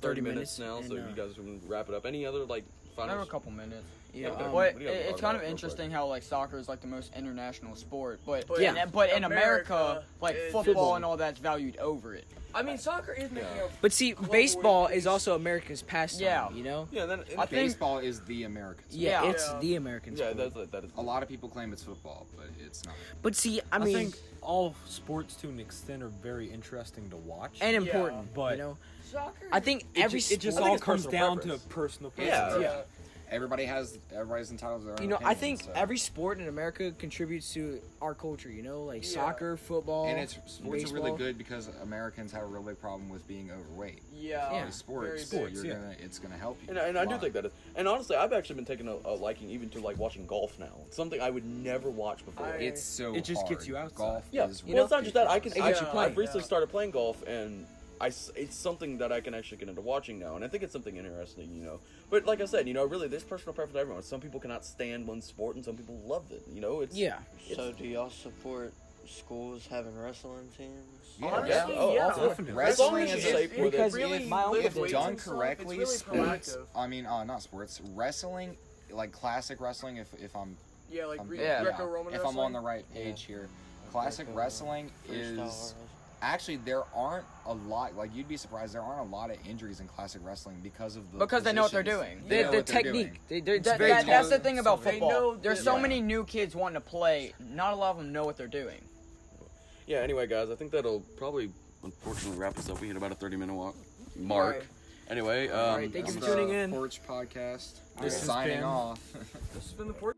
30, minutes, now, and, so you uh, guys can wrap it up. Any other like I have a final? couple minutes. Yeah, Okay. um, What But do you it, have to talk it's kind about of real interesting how like soccer is like the most international sport, but, But Yeah. in, but in America, America, like it's- football, Football. and all that's valued over it. I mean, soccer is making Yeah. up. But see, Club baseball Warriors. is also America's pastime. Yeah. You know. Yeah. Then I think- Baseball is the American. sport. Yeah, Yeah. it's Yeah. the American yeah, sport. that's that is A lot of people claim it's football, but it's not. but see, I I mean, think all sports to an extent are very interesting to watch. and Yeah. important. But- you know, Soccer. I think it every just, it just sport- all it's comes personal down preference. to personal Yeah. preference. Yeah. Everybody has everybody's entitled to their own. you know, I opinion, think so- every sport in America contributes to our culture. You know, like Yeah. soccer, football, and it's sports are really baseball. good because Americans have a really big problem with being overweight. Yeah. Yeah. sports, Very big. you're Yeah. gonna it's gonna help you. And, and I a do lot. think that is. And honestly, I've actually been taking a, a liking even to like watching golf now. It's something I would never watch before. I- it's so It just hard. gets you outside. Golf yeah. is well, it's not just that. I can. It I, gets you I playing. recently Yeah. started playing golf, and I. s- It's something that I can actually get into watching now, and I think it's something interesting, you know. But like I said, you know, really, there's personal preference to everyone. Some people cannot stand one sport, and some people love it. You know, it's yeah. So do y'all support schools having wrestling teams? Yeah. Yeah. Honestly, Oh, yeah. awful. Definitely. As long Wrestling as it's is a- safe with because it. really really my only lift opinion- if weights done and stuff, correctly, it's really sports. proactive. I mean, uh, not sports. Wrestling, like classic wrestling. If if I'm, Yeah, like I'm- re- Yeah. Greco-Roman if I'm wrestling. on the right page here, classic Greco-Roman. wrestling Freestyle is wrestling. actually there aren't a lot. Like you'd be surprised, there aren't a lot of injuries in classic wrestling because of the Because they know what they're positions. doing. They, know the what they're doing. technique. They, they're, it's That, very that- that's the talented. thing about They football. know There's that- so Yeah. many new kids wanting to play. Not a lot of them know what they're doing. Yeah. Anyway, guys, I think that'll probably unfortunately wrap us up. We hit about a 30 minute walk mark. Right. Anyway, um, Alright, thank you This for is the tuning in. Porch Podcast. This has signing been- off. [laughs] This has been the Port.